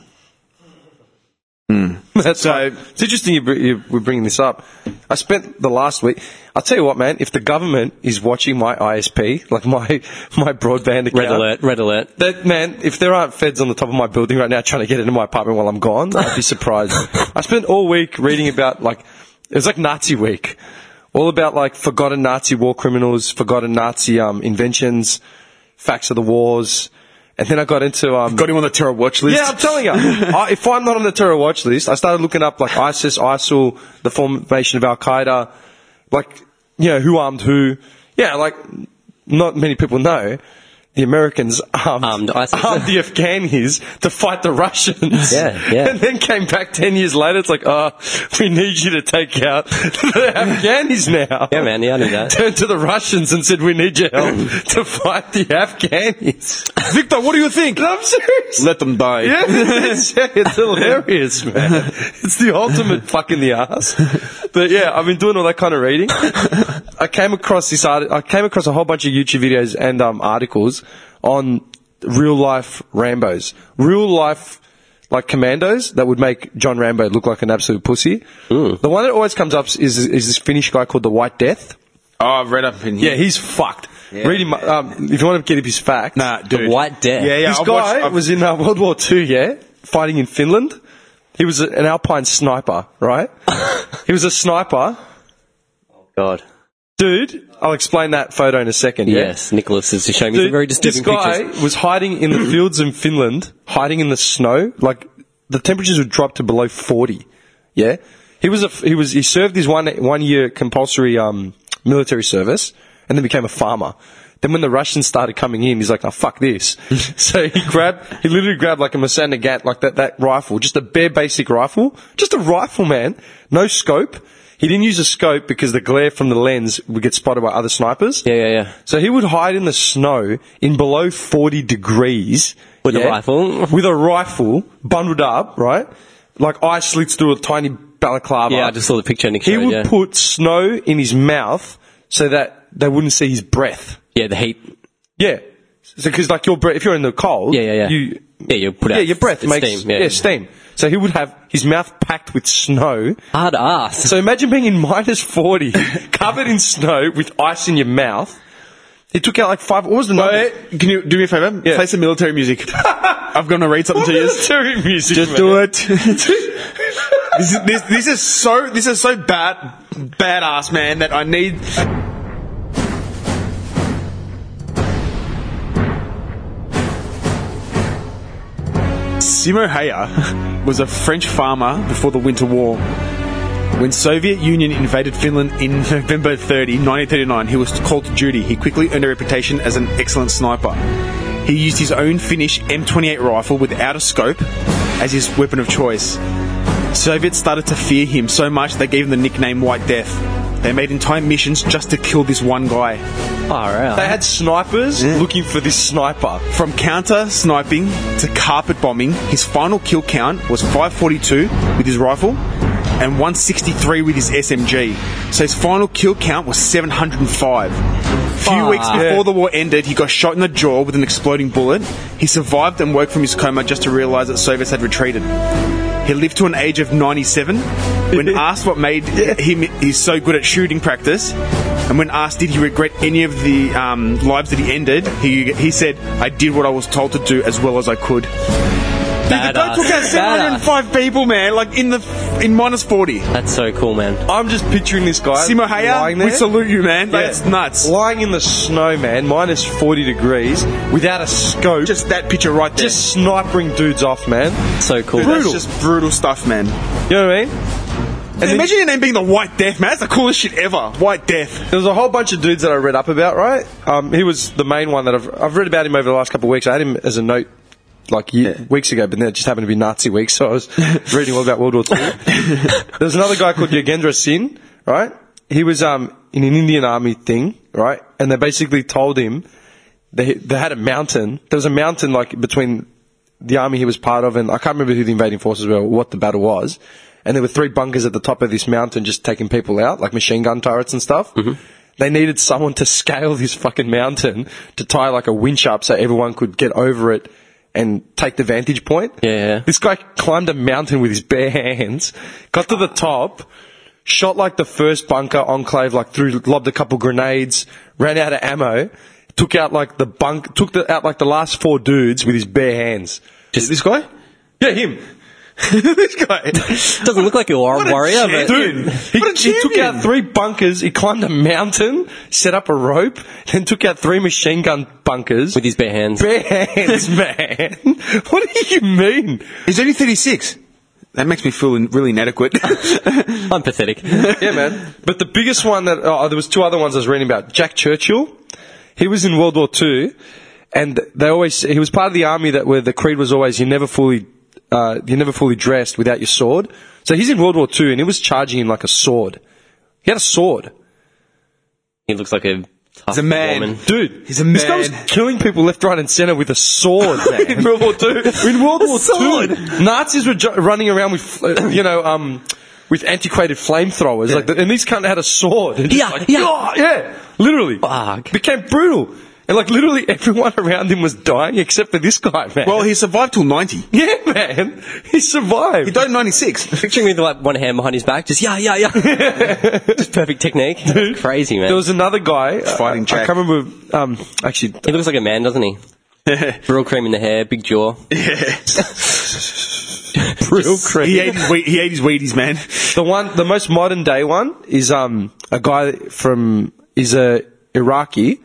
F: That's
H: So-
F: right. It's interesting you, br- you we're bringing this up. I spent the last week. I'll tell you what, man. If the government is watching my ISP, like my [LAUGHS] my broadband account,
G: Red alert. Red alert.
F: That man, if there aren't feds on the top of my building right now trying to get into my apartment while I'm gone, I'd be surprised. I spent all week reading about like it was like Nazi week, all about like forgotten Nazi war criminals, forgotten Nazi um, inventions, facts of the wars, and then I got into um,
H: Got him on the terror watch list.
F: yeah, I'm telling you. I, if I'm not on the terror watch list, I started looking up like ISIS, ISIL, the formation of Al Qaeda, like you know who armed who. Yeah, like not many people know. The Americans armed,
G: Armed
F: [LAUGHS]
G: ISIS.
F: armed the Afghanis to fight the Russians.
G: Yeah,
F: [LAUGHS]
G: yeah.
F: And then came back 10 years later. It's like, oh, we need you to take out [LAUGHS] the Afghanis now.
G: Yeah, man. Yeah, I knew that.
F: Turned to the Russians and said, we need your help to fight the Afghanis.
H: Victor, what do you think?
F: I'm serious.
H: Let them
F: [LAUGHS]
H: die.
F: Yeah, it's, yeah, it's hilarious,
H: [LAUGHS]
F: man. It's the ultimate fuck in the ass. But yeah, I've been doing all that kind of
H: [LAUGHS]
F: reading. I came across this art. I came across a whole bunch of YouTube videos and um, articles on real life Rambo's, real life like commandos that would make John Rambo look like an absolute pussy. The one that always comes up is is this Finnish guy called the White Death.
H: Oh, I've read up in here.
F: Yeah, he's fucked. Read him. Um, if you want to get up his facts,
H: Nah, dude.
G: The White Death.
H: Yeah, yeah.
F: this
H: I've watched-
F: guy
H: I've-
F: was in uh, World War Two, yeah, fighting in Finland. He was a- an Alpine sniper,
H: [LAUGHS]
F: right? he was a sniper,
G: God.
F: dude. I'll explain that photo in a second. Yeah?
G: Yes, Nicholas is showing me
F: Dude,
G: some very disturbing
F: this guy
G: pictures.
F: was hiding
H: [CLEARS THROAT]
F: in the fields in Finland, hiding in the snow. Like the temperatures would drop to below forty. Yeah, he was a he was he served his one one year compulsory um, military service and then became a farmer. Then when the Russians started coming in, he's like, "Oh fuck
G: [LAUGHS]
F: this!" so he grabbed he literally grabbed like a Masana Gat, like that that rifle, just a bare basic rifle, just a rifle, man, no scope. He didn't use a scope because the glare from the lens would get spotted by other snipers.
G: Yeah, yeah, yeah.
F: So he would hide in the snow in below 40 degrees.
G: With a rifle.
F: [LAUGHS] With a rifle, bundled up, right? Like eye slits through a tiny balaclava.
G: Yeah, I just saw the picture Nick
F: uh, He
G: showed,
F: would
G: yeah.
F: put snow in his mouth so that they wouldn't see his breath.
G: Yeah, the heat.
F: Yeah. Because like your breath, if you're in the cold,
G: Yeah, yeah, yeah.
F: you
G: yeah, you put out
F: yeah, your breath
G: steam,
F: makes
G: yeah.
F: yeah steam. So he would have his mouth packed with snow
G: Hard ass.
F: so imagine being in minus 40, [LAUGHS] covered in snow with ice in your mouth. He took out like five. What was the number?
H: Wait, can you do me a favor?
F: Yeah.
H: Play some military music.
F: [LAUGHS]
H: I've gonna read something to you.
F: military music.
H: Just
F: man.
H: do it. [LAUGHS] this, is, this, this is so this is so bad badass man that I need. Simo Haya [LAUGHS] was a French farmer before the Winter War. When Soviet Union invaded Finland in [LAUGHS] November 30, 1939, he was called to duty. He quickly earned a reputation as an excellent sniper. He used his own Finnish M28 rifle without a scope as his weapon of choice. Soviets started to fear him so much they gave him the nickname White Death. They made entire missions just to kill this one guy.
F: They had snipers looking for this sniper.
H: From counter sniping to carpet bombing, his final kill count was 542 with his rifle and 163 with his SMG. So his final kill count was 705. A few weeks before the war ended, he got shot in the jaw with an exploding bullet. He survived and woke from his coma just to realize that Soviets had retreated. He lived to an age of 97. When asked what made him he's so good at shooting practice, and when asked did he regret any of the um, lives that he ended, he he said, "I did what I was told to do as well as I could." Dude, the guy
G: Badass.
H: took out 705 people, man. Like in the in minus 40.
G: That's so cool, man.
F: I'm just picturing this guy
H: Simo
F: lying
H: Haya,
F: there.
H: we salute you, man.
F: Yeah.
H: That's nuts.
F: Lying in the snow, man, minus 40 degrees, without a scope. Just,
H: Just that picture right there.
F: just snipering dudes off, man.
G: So cool.
H: Dude, That's just brutal stuff, man.
F: You know what I mean? And then-
H: Imagine your name being the White Death, man. That's the coolest shit ever. White Death.
F: There was a whole bunch of dudes that I read up about, right? Um, he was the main one that I've, I've read about him over the last couple of weeks. I had him as a note like ye weeks ago, but then it just happened to be Nazi week, so I was [LAUGHS] reading all about World
H: [LAUGHS]
F: War II. there was another guy called Yogendra Singh, right? He was um, in an Indian army thing, right? And they basically told him they, they had a mountain. There was a mountain like between the army he was part of, and I can't remember who the invading forces were or what the battle was. And there were three bunkers at the top of this mountain just taking people out, like machine gun turrets and stuff.
G: Mm-hmm.
F: They needed someone to [LAUGHS] scale this fucking mountain to tie like a winch up so everyone could get over it and take the vantage point.
G: Yeah.
F: This guy climbed a mountain with his bare hands, got to the top, shot like the first bunker enclave, like through, lobbed a couple grenades, ran out of ammo, took out like the bunk, took the, out like the last four dudes with his bare hands.
G: Just-
F: this guy? Yeah, him. [LAUGHS] this guy.
G: Doesn't look like you are a warrior, but
F: Dude, he,
H: What a
F: he took
H: champion.
F: out three bunkers, he climbed a mountain, set up a rope, then took out three machine gun bunkers.
G: with his bare hands.
F: bare hands, [LAUGHS] man. what do you mean?
H: He's only 36. That makes me feel in- really inadequate. [LAUGHS]
G: I'm pathetic.
F: yeah, man. But the biggest one that oh, there was two other ones I was reading about. Jack Churchill, he was in World War Two, and they always he was part of the army that where the creed was always you never fully uh, you never fully dressed without your sword. So he's in World War Two, and he was charging him like a sword. He had a sword,
G: He looks like a tough
H: a man.
G: woman.
F: dude.
H: He's a
F: This guy was
H: man.
F: killing people left, right, and center with a [LAUGHS] sword. Man. in World War Two, in World War
H: sword.
F: Two, Nazis were ju- running around with uh, you know. um with antiquated flamethrowers, like, the, and these kind of had a sword. And just
G: Yeah,
F: like,
G: yeah.
F: "Oh, yeah, literally.
G: Fuck.
F: Became brutal. And like literally everyone around him was dying except for this guy, man.
H: well, he survived till 90.
F: [LAUGHS] yeah, man. He survived.
H: He died in [LAUGHS] 96.
G: Picturing me with like one hand behind his back, just yeah, yeah, yeah.
F: [LAUGHS]
G: just perfect technique. That's crazy, man.
F: there was another guy.
H: Fighting
F: I- I,
H: Jack.
F: can't remember. Um, actually,
G: he looks like a man, doesn't he? Real cream in the hair, big jaw.
F: real crazy.
H: He ate his, wheat, [LAUGHS] he ate his Wheaties, man.
F: The one, the most modern day one is um a guy from is a Iraqi.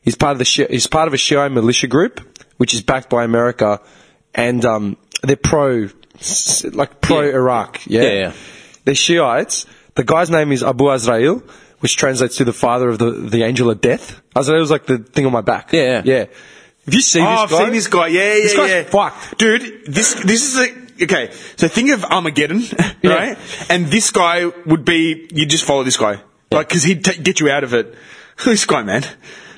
F: He's part of the Shi- he's part of a Shia militia group, which is backed by America, and um they're pro s- like pro Iraq. Yeah?
G: Yeah, yeah.
F: they're Shiites. The guy's name is Abu Azrail, which translates to the father of the the angel of death. Azrail was like the thing on my back.
G: Yeah, yeah.
F: yeah. Have you seen
H: Oh,
F: this
H: I've
F: guy?
H: seen this guy. Yeah, yeah,
F: This guy's
H: yeah.
F: fucked.
H: dude. This this is a okay. So think of Armageddon, [LAUGHS] right? And this guy would be you just follow this guy, Like like because he'd t- get you out of it. [LAUGHS] this guy, man.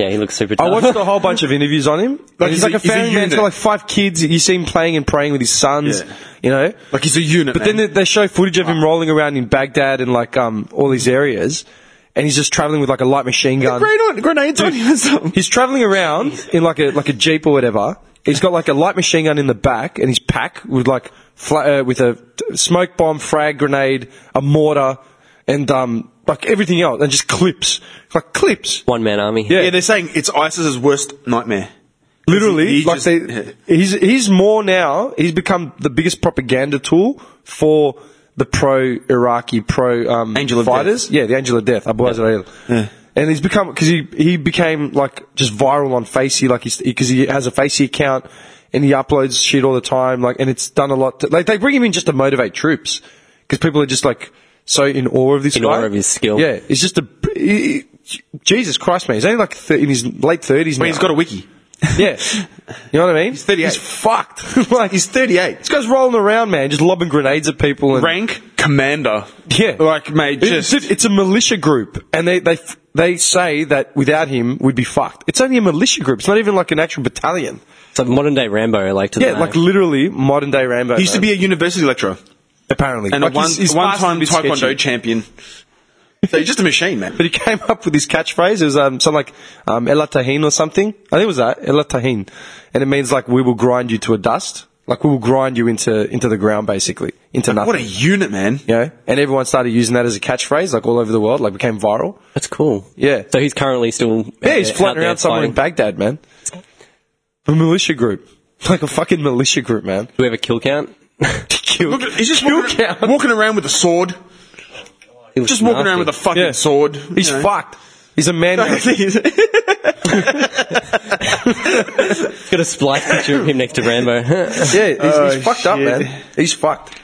G: Yeah, he looks super. Tough.
F: I watched a whole bunch of interviews on him.
H: Like,
F: Like he's,
H: he's
F: like
H: a-
F: a
H: he's a
F: family man. He's
H: unit.
F: got like five kids. You see him playing and praying with his sons.
H: Yeah.
F: You know.
H: Like he's a unit.
F: But then they, they show footage of him rolling around in Baghdad and like um all these areas, and he's just traveling with like a light machine gun.
H: on, grenades on him. or something.
F: He's traveling around in like a like a jeep or whatever. He's got like a light machine gun in the back, and his pack with like fla- uh, with a t- smoke bomb, frag grenade, a mortar, and um like everything else, and just clips, like clips.
G: one man army.
H: Yeah, they're saying it's ISIS's worst nightmare.
F: Literally,
H: He- he
F: like
H: just-
F: they,
H: yeah.
F: he's he's more now. He's become the biggest propaganda tool for the pro Iraqi pro um,
H: Angel of
F: fighters. Yeah, the angel of death, Abu Azrael. And he's become because he he became like just viral on Facey, like he's because he has a Facey account and he uploads shit all the time. Like, and it's done a lot. To, like they bring him in just to motivate troops because people are just like so in awe of this
G: In
F: guy.
G: awe of his skill.
F: Yeah, he's just a he- he- Jesus Christ, man. He's only like th- in his late thirties now.
H: But he's got a wiki.
F: Yeah. You know what I mean? He's
H: 38.
F: He's fucked. [LAUGHS] like,
H: He's 38.
F: this guy's rolling around, man, just lobbing grenades at people. And,
H: Rank commander.
F: Yeah.
H: Like, mate,
F: It-
H: just.
F: It's, it's a militia group, and they, they, f- they say that without him, we'd be fucked. It's only a militia group. It's not even like an actual battalion.
G: It's like modern day Rambo, like to the
F: Yeah, like literally modern day Rambo.
H: He used to be a university lecturer
F: apparently,
H: and
F: Like,
H: a one,
F: his- his past
H: one-time
F: is a bit
H: taekwondo
F: sketchy.
H: champion. So he's just a
F: [LAUGHS]
H: machine, man.
F: But he came up with this catchphrase. It was um, something like um, "Ella Tahin" or something. I think it was that "Ella Tahin," and it means like we will grind you to a dust. Like we will grind you into into the ground, basically into nothing.
H: What a unit, man.
F: you know, and everyone started using that as a catchphrase, like all over the world, like became viral.
G: That's cool.
F: Yeah.
G: So he's currently still. uh,
F: Yeah, he's
G: out
F: floating
G: there
F: around somewhere in
G: fighting.
F: Baghdad, man. A militia group, [LAUGHS] like a fucking militia group, man. [LAUGHS]
G: Do we have a kill count?
F: Kill,
H: Look, he's just
F: kill
H: walking,
F: count.
H: walking around with a sword. Just walking around with a fucking
F: Yeah.
H: sword.
F: He's
H: you know. [LAUGHS]
F: fucked. [LAUGHS] He's a man.
G: Got a splice picture of him next to Rambo. [LAUGHS]
F: Yeah, he's,
H: Oh,
F: he's fucked up,
H: shit.
F: man. He's fucked.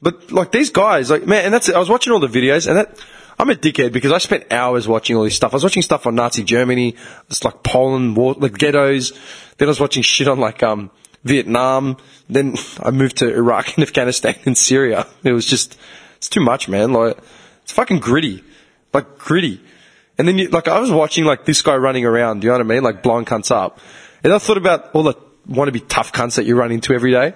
F: But like these guys, like man, and that's it. I was watching all the videos, and that I'm a dickhead because I spent hours watching all this stuff. I was watching stuff on Nazi Germany, it's like Poland, war, like ghettos. Then I was watching shit on like um Vietnam. Then [LAUGHS] I moved to Iraq and [LAUGHS] Afghanistan and Syria. It was just it's too much, man. Like it's fucking gritty, like gritty. And then you, like I was watching like this guy running around. Do you know what I mean? Like blowing cunts up. And I thought about all the wannabe tough cunts that you run into every day.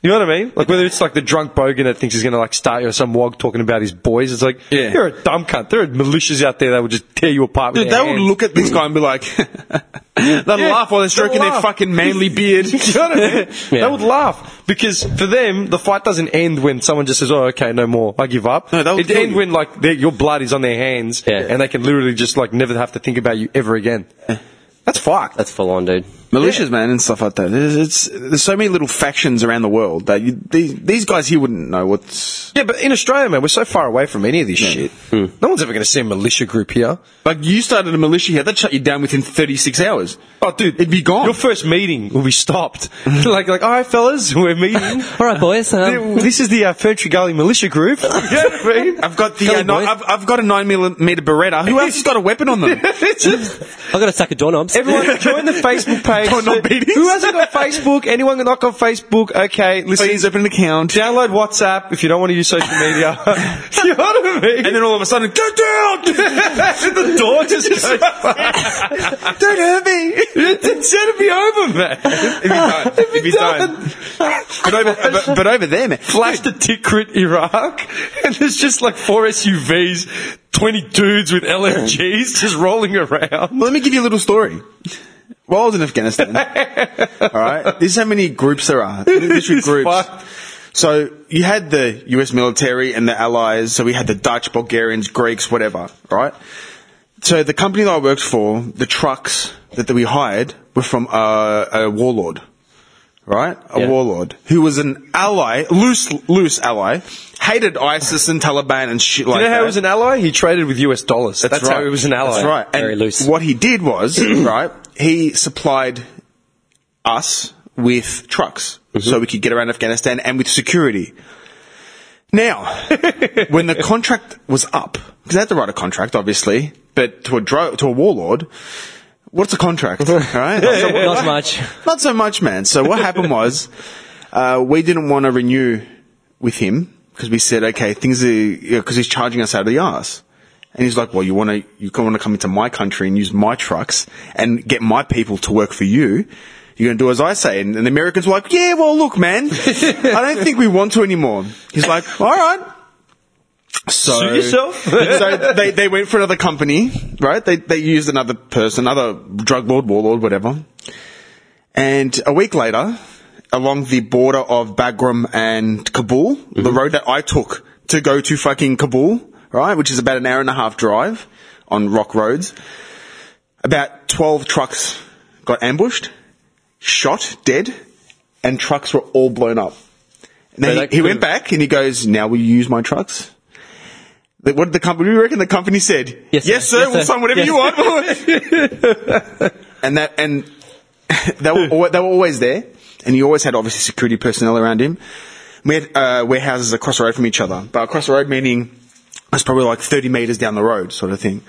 F: You know what I mean? Like whether it's like the drunk bogan that thinks he's going to like start you or some wog talking about his boys. It's like
H: Yeah.
F: you're a dumb cunt. There are militias out there that will just tear you apart. With
H: Dude,
F: their
H: they would
F: hands.
H: look at this guy and be like, [LAUGHS] they'll
F: Yeah,
H: laugh while they're stroking
F: they'll
H: their
F: laugh.
H: fucking manly beard.
F: Do [LAUGHS] you know what I mean?
H: [LAUGHS]
G: Yeah.
F: They would laugh because for them the fight doesn't end when someone just says, "Oh, okay, no more. I give up."
H: No, they'll
F: it
H: kill
F: end
H: you.
F: when like their- your blood is on their hands
G: Yeah.
F: and they can literally just like never have to think about you ever again. That's fucked.
G: That's full on, dude.
H: Militias, man, and stuff like that. There's, it's, there's so many little factions around the world that you, these, these guys here wouldn't know what's.
F: Yeah, but in Australia, man, we're so far away from any of this shit.
H: Hmm.
F: No one's ever going to see a militia group here.
H: Like, you started a militia here, they'd shut you down within 36 hours.
F: [LAUGHS] Oh, dude,
H: It'd be gone.
F: Your first meeting will be
H: [LAUGHS]
F: stopped. like, like, all right, fellas, we're meeting.
G: All right, boys. Um,
F: this is the uh, Ferntree Gully Militia Group. [LAUGHS] You know
H: [LAUGHS]
F: what I mean?
H: I've got the
G: Come
H: uh,
G: on,
H: ni-
G: boys.
H: I've, I've got a nine millimeter Beretta. Who else has got a weapon on
F: [LAUGHS]
H: them?
F: It's just-
G: I've got a stack of doorknobs.
F: everyone join the Facebook page.
H: Don't knock beatings.
F: Who hasn't got Facebook? Anyone not got Facebook? Okay, listen.
H: Please open an account.
F: Download WhatsApp if you don't want to use social media.
H: [LAUGHS]
F: [LAUGHS] you know what I mean?
H: And then all of a sudden,
F: [LAUGHS]
H: get down!
F: the door just goes. Don't hurt me. [LAUGHS] It's gonna be over, man.
H: It'd be done. It'd be done. [LAUGHS] But over, but, but over there, man.
F: Flash to Tikrit, Iraq, [LAUGHS] and there's just like four SUVs, 20 dudes with LMGs just rolling around.
H: Well, let me give you a little story. While I was in
F: [LAUGHS]
H: Afghanistan, all right, this is how many groups there are.
F: [LAUGHS]
H: Military
F: It's
H: groups.
F: fucked.
H: So you had the U.S. military and the allies. So we had the Dutch, Bulgarians, Greeks, whatever, right? So the company that I worked for, the trucks that, that we hired were from uh, a warlord, right? A
G: Yeah.
H: warlord who was an ally, loose, loose ally, hated ISIS and Taliban and shit like
F: You know
H: that.
F: how he was an ally? He traded with US dollars. That's, how he was an ally.
H: That's right. And
G: Very loose.
H: What he did
F: [CLEARS THROAT]
H: was right. He supplied us with trucks
F: Mm-hmm.
H: so we could get around Afghanistan and with security.
F: [LAUGHS]
H: Now, when the contract was up, because they had to write a contract, obviously, but to a dro- to a warlord, what's a
F: [LAUGHS]
H: contract, right?
G: [LAUGHS] Not much.
H: Not so much, man. So what happened was, uh, we didn't want to renew with him because we said, okay, things are you know, 'cause he's charging us out of the ass. And he's like, well, you want to, you want to come into my country and use my trucks and get my people to work for you. You're going to do as I say. And, and the Americans were like, yeah, well, look, man, I don't think we want to anymore. He's like, all right. So,
F: Suit yourself.
H: so they, they went for another company, right? They, they used another person, another drug lord, warlord, whatever. And a week later, along the border of Bagram and Kabul, the road that I took to go to fucking Kabul, right, which is about an hour and a half drive on rock roads, about 12 trucks got ambushed, shot dead, and trucks were all blown up. And then
G: So
H: he-
G: that
H: he, went
G: could've-
H: back and he goes, now will you use my trucks? The- What did the company, you reckon the company said,
G: Yes,
H: yes,
G: sir.
H: sir,
G: Yes,
H: we'll
G: sir.
H: sign whatever
G: Yes.
H: you want.
G: [LAUGHS]
H: and that, and they were, al- they were always there, and he always had obviously security personnel around him. We had uh, warehouses across the road from each other, but across the road meaning it's probably like 30 meters down the road, sort of thing.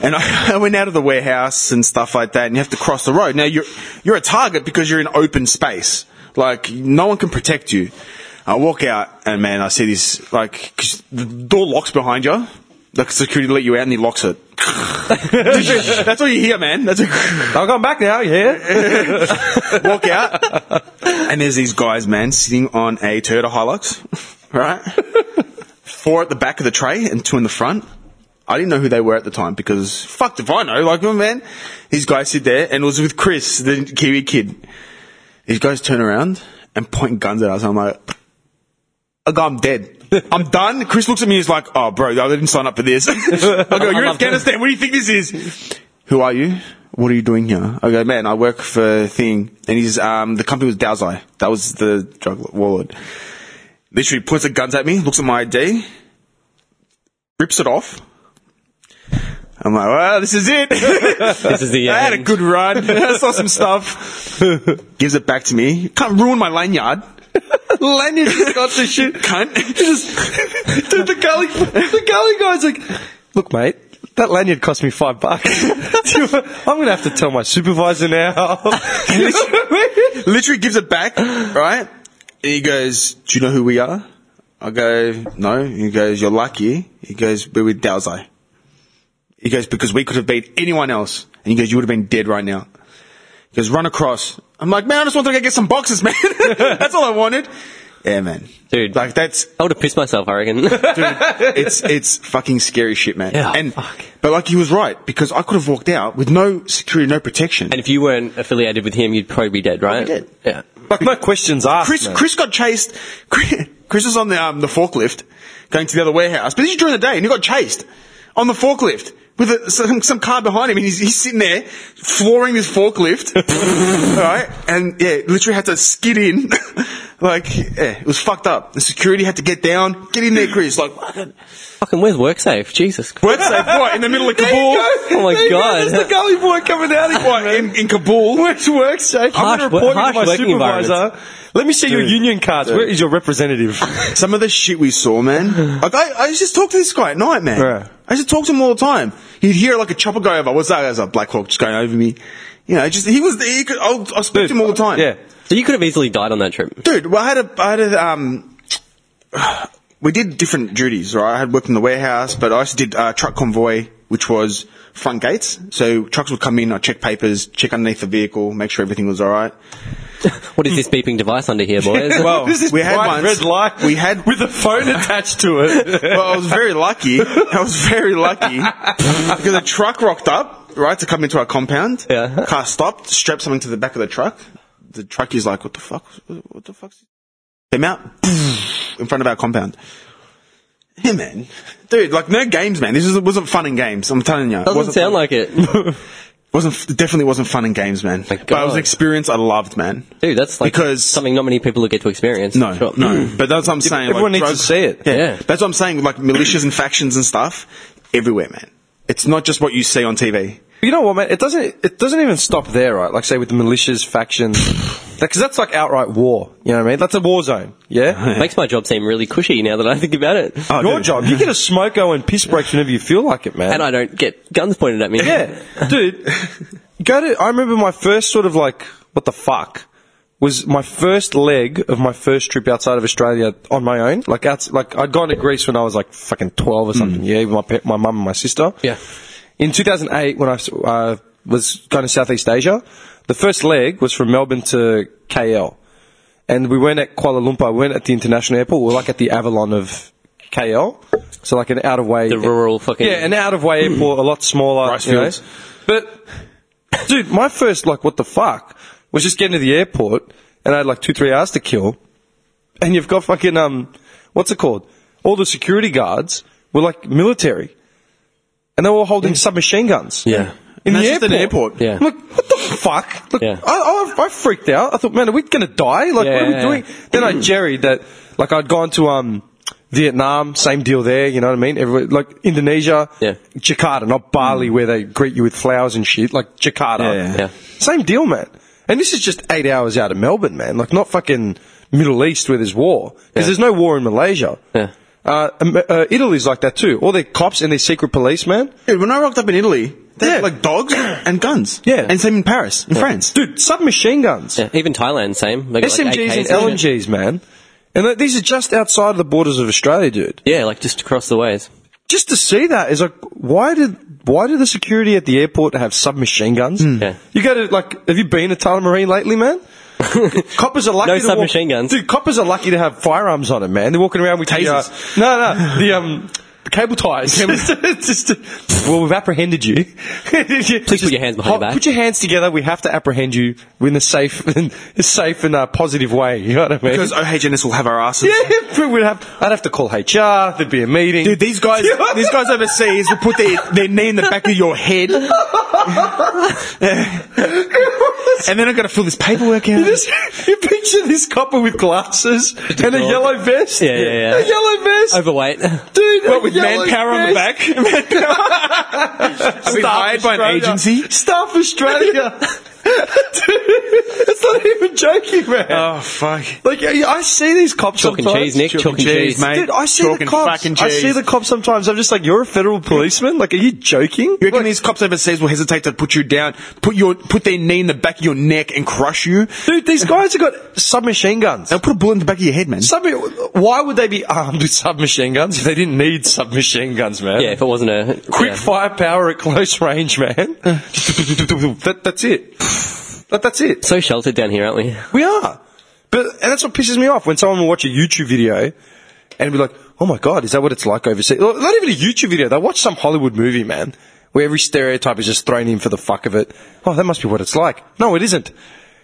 H: And I, [LAUGHS] I went out of the warehouse and stuff like that, and you have to cross the road. Now you're you're a target because you're in open space. Like no one can protect you. I walk out, and man, I see this like 'cause the door locks behind you. Like security let you out, and he locks it. [LAUGHS] That's all you hear, man. That's a [LAUGHS]
F: I'll come back now, yeah?
H: walk out, [LAUGHS] and there's these guys, man, sitting on a Toyota Hilux, right? Four at the back of the tray and two in the front. I didn't know who they were at the time because fuck if I know. Like, oh, man, these guys sit there, and it was with Chris, the Kiwi kid. These guys turn around and point guns at us. I'm like, I go, I'm [LAUGHS] dead. I'm done. Chris looks at me. He's like, "Oh, bro, I didn't sign up for this." [LAUGHS] I go, "You're in Afghanistan. What do you think this is? Who are you? What are you doing here?" I go, "Man, I work for Thing." And he's um, the company was Dowsai. That was the drug warlord. Literally points the guns at me. Looks at my ID. Rips it off. I'm like, "Well, this is [LAUGHS] it."
G: This is the um,
H: I had a
G: end.
H: good run. [LAUGHS] I saw some stuff. [LAUGHS] Gives it back to me. Can't ruin my lanyard. [LAUGHS] lanyard just got the shit. Cunt. [LAUGHS] just,
F: Dude, the gully, the gully guy's like, look, mate, that lanyard cost me five
H: [LAUGHS]
F: bucks. Do you- I'm going to have to tell my supervisor now. [LAUGHS]
H: literally gives it
G: [GASPS]
H: back, right? And he goes, Do you know who we are? I go, No. He goes, You're lucky. He goes, We're with Dowsai. He goes, Because we could have beat anyone else. And he goes, You would have been dead right now. He goes, Run across. I'm like, Man, I just wanted to go get some boxes, man. [LAUGHS] that's all I wanted. Yeah, man.
G: Dude.
H: Like, that's,
G: I would have pissed myself, I reckon.
H: [LAUGHS] it's, it's fucking scary shit, man.
G: Yeah,
H: and,
G: fuck.
H: but like, he was right, because I could have walked out with no security, no protection.
G: and if you weren't affiliated with him, you'd probably be dead, right?
H: dead.
G: Yeah.
F: like, no questions asked.
H: Chris,
F: man.
H: Chris got chased. Chris, Chris was on the um, the forklift going to the other warehouse, but this is during the day, and he got chased on the forklift with a, some, some car behind him, and he's, he's sitting there flooring this [LAUGHS] forklift, right? And yeah, literally had to skid in, [LAUGHS] like yeah, it was fucked up. The security had to get down, get in there, Chris, like
G: Fucking where's WorkSafe? Jesus Christ.
H: work safe, what in the middle [LAUGHS] of Kabul?
G: Oh my God.
H: There's the gully boy coming out of what, in, in Kabul.
F: Which work safe? I'm
G: Harsh
F: going to
G: wo-
F: report you to
G: harsh
F: my
G: working
F: supervisor.
G: environments.
F: Let me see your
H: Dude.
F: union cards. Where is your
H: [LAUGHS]
F: representative?
H: Some of the shit we saw,
F: [SIGHS]
H: man. Like I, I used to just talk to this guy at night, man.
F: Yeah.
H: I used to talk to him all the time. He'd hear like a chopper go over. What's that? There's a black hawk just going over me. You know, just he was. He could. I'll, I spoke to him all the time.
F: Yeah.
G: So you could have easily died on that trip.
H: dude. Well, I had a. I had a. Um, [SIGHS] we did different duties, right? I had worked in the warehouse, but I also did uh, truck convoy, which was front gates. So trucks would come in. I check papers, check underneath the vehicle, make sure everything was all right.
G: What is this beeping device under
H: [LAUGHS]
G: here, boys?
F: [LAUGHS] Well,
H: This is we had
F: bright
H: once-
F: red light.
H: we had-
F: with a phone attached to
H: [LAUGHS]
F: it.
H: well, I was very lucky. I was very lucky because a truck rocked up, right, to come into our compound.
G: Yeah.
H: Car stopped, strapped something to the back of the truck. The truckie's like, "What the fuck? What the fuck?" Came out in front of our compound. Yeah, man, dude, like no games, man. This is, wasn't fun and games. I'm telling you, It
G: [LAUGHS] Doesn't
H: wasn't fun.
G: sound like it. [LAUGHS]
H: wasn't it definitely wasn't fun and games, man.
G: Thank
H: But it was
G: God.
H: an experience I loved, man.
G: Dude, that's like
H: Because-
G: something not many people get to experience.
H: No,
G: Sure. Mm.
H: no. But that's what I'm saying.
F: Mm. Everyone
H: like,
F: needs to
H: drugs-
F: see it.
H: Yeah.
G: Yeah.
H: that's what I'm saying. Like militias and factions and stuff everywhere, man. It's not just what you see on TV.
F: You know what, man? It doesn't. It doesn't even stop there, right? Like, say with the militias, factions, [LAUGHS] because that's like outright war. You know what I mean? That's a war zone.
H: [LAUGHS]
F: Yeah.
G: Makes my job seem really cushy now that I think about it.
F: Your
H: Oh, dude.
F: job, you get a smoko and piss breaks whenever you feel like it, man.
G: And I don't get guns pointed at me. [LAUGHS]
F: Yeah, dude. Go to. I remember my first sort of like, what the fuck, was my first leg of my first trip outside of Australia on my own. Like, out, like I'd gone to Greece when I was like fucking twelve or something. Yeah, with my pa- my mum and my sister.
G: Hmm. Yeah.
F: In 2008, when I s- uh, was going to Southeast Asia, the first leg was from Melbourne to KL, and we weren't at Kuala Lumpur. We weren't at the international airport. We were like at the Avalon of. KL, so like an out of way,
G: The rural fucking-
F: yeah, an out of way airport, a lot smaller,
H: Rice
F: you know.
H: fields.
F: But dude, my first like, what the fuck, was just getting to the airport, and I had like two, three hours to kill, and you've got fucking um, what's it called? All the security guards were like military, and they were holding submachine guns.
G: Yeah.
F: In
H: And
F: the
H: that's just
F: airport.
H: an airport.
G: Yeah.
F: I'm like, what the fuck? Look,
G: Yeah.
F: I, I, I freaked out. I thought, man, are we going to die? Like, what are we
G: Yeah.
F: doing? Then I jerried that, like, I'd gone to, um, Vietnam, same deal there, you know what I mean? Everybody, like, Indonesia,
G: Yeah.
F: Jakarta, not Bali where they greet you with flowers and shit, like Jakarta.
H: Mm. Yeah, yeah.
G: Yeah.
F: Same deal, man. And this is just eight hours out of Melbourne, man. Like, not fucking Middle East where there's war. Because
G: Yeah.
F: there's no war in Malaysia.
G: Yeah.
F: Uh, um, uh, Italy's like that too. All their cops and their secret police, man.
H: Dude, when I rocked up in Italy, they
F: Yeah.
H: had like [COUGHS] dogs and guns.
F: Yeah.
H: And same in Paris, in France.
F: Dude, submachine guns.
G: Yeah, even Thailand, same. They got, like,
F: SMGs
G: AKs
F: and
G: and shit.
F: LMGs, man. And th- these are just outside of the borders of Australia, dude.
G: Yeah, like just across the ways.
F: Just to see that is like, why did why do the security at the airport have submachine guns?
G: Yeah.
F: You go to like, have you been to Tullamarine lately,
G: [LAUGHS]
F: man? coppers are lucky.
G: No
F: to
G: submachine
F: walk-
G: guns.
F: dude. Coppers are lucky to have firearms on them, man. They're walking around with
H: Tasers.
F: The, uh, no, no, the um. the Cable ties. [LAUGHS] It's just, well, we've apprehended you. Please
G: put your hands behind your back.
F: Put your hands together. We have to apprehend you in a safe, [LAUGHS] in a safe and uh, positive way. You know what I mean?
H: Because oh, OHNS will have our asses.
F: Yeah, we'd have. I'd have to call HR. There'd be a meeting.
H: Dude, these guys,
F: [LAUGHS]
H: these guys overseas will put their, their knee in the back of your head. and then I've got to fill this paperwork out. [LAUGHS]
F: This- you picture this copper with glasses and a
G: dog.
F: yellow vest.
G: Yeah, yeah, yeah.
F: A yellow vest,
G: [LAUGHS] Overweight.
F: dude.
H: What,
F: a
H: with
F: yellow
H: manpower on the
F: vest.
H: back?
F: [LAUGHS]
H: [LAUGHS] Being hired by an agency?
F: Staff
H: [LAUGHS]
F: Australia. [LAUGHS] Dude, it's not even joking, man.
H: Oh, fuck.
F: Like I I see these cops
G: Chalk and
F: sometimes.
G: cheese, Nick. Chalk and cheese,
H: mate.
F: Dude, I see
H: Chalk
F: the
H: and
F: cops.
H: fucking
F: I see
H: cheese.
F: the cops sometimes. I'm just like, you're a federal policeman. Like, are you joking?
H: You reckon
F: Like,
H: these cops overseas will hesitate to put you down, put your put their knee in the back of your neck and crush you?
F: dude,
H: [LAUGHS]
F: these guys have got submachine guns.
H: They'll put a bullet in the back of your head, man.
F: Sub- why would they be armed with submachine guns if they didn't need submachine guns, man?
G: Yeah, if it wasn't a
F: Quick
G: yeah.
F: firepower at close range,
H: [LAUGHS]
F: man. that, that's it. That, that's it.
G: So sheltered down here, aren't we?
F: We are. But and that's what pisses me off when someone will watch a YouTube video and be like, "Oh my god, is that what it's like overseas?" Well, Not even a YouTube video. They watch some Hollywood movie, man, where every stereotype is just thrown in for the fuck of it. Oh, that must be what it's like. No, it isn't.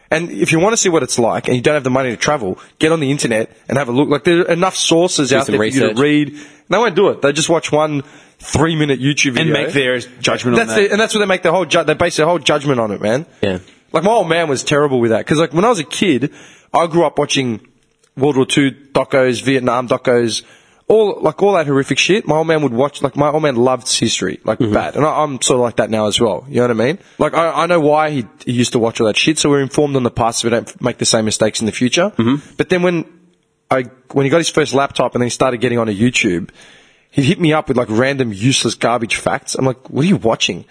F: And if you want to see what it's like, and you don't have the money to travel, get on the internet and have a look. Like there are enough sources out
G: some
F: there for you
G: research.
F: to read. And they won't do it. They just watch one three-minute YouTube video
H: And make their judgment on
F: that's
H: that.
F: it, and that's what they make their whole ju- they base their whole judgment on it, man.
G: Yeah.
F: Like my old man was terrible with that because like when I was a kid, I grew up watching World War Two docos, Vietnam docos, all like all that horrific shit. My old man would watch like my old man loved history like bad, and I, I'm sort of like that now as well. You know what I mean? Like I, I know why he, he used to watch all that shit, so we're informed on the past so we don't f- make the same mistakes in the future. Mm-hmm. But then when I when he got his first laptop and then he started getting on a YouTube, he hit me up with like random useless garbage facts. I'm like, what are you watching?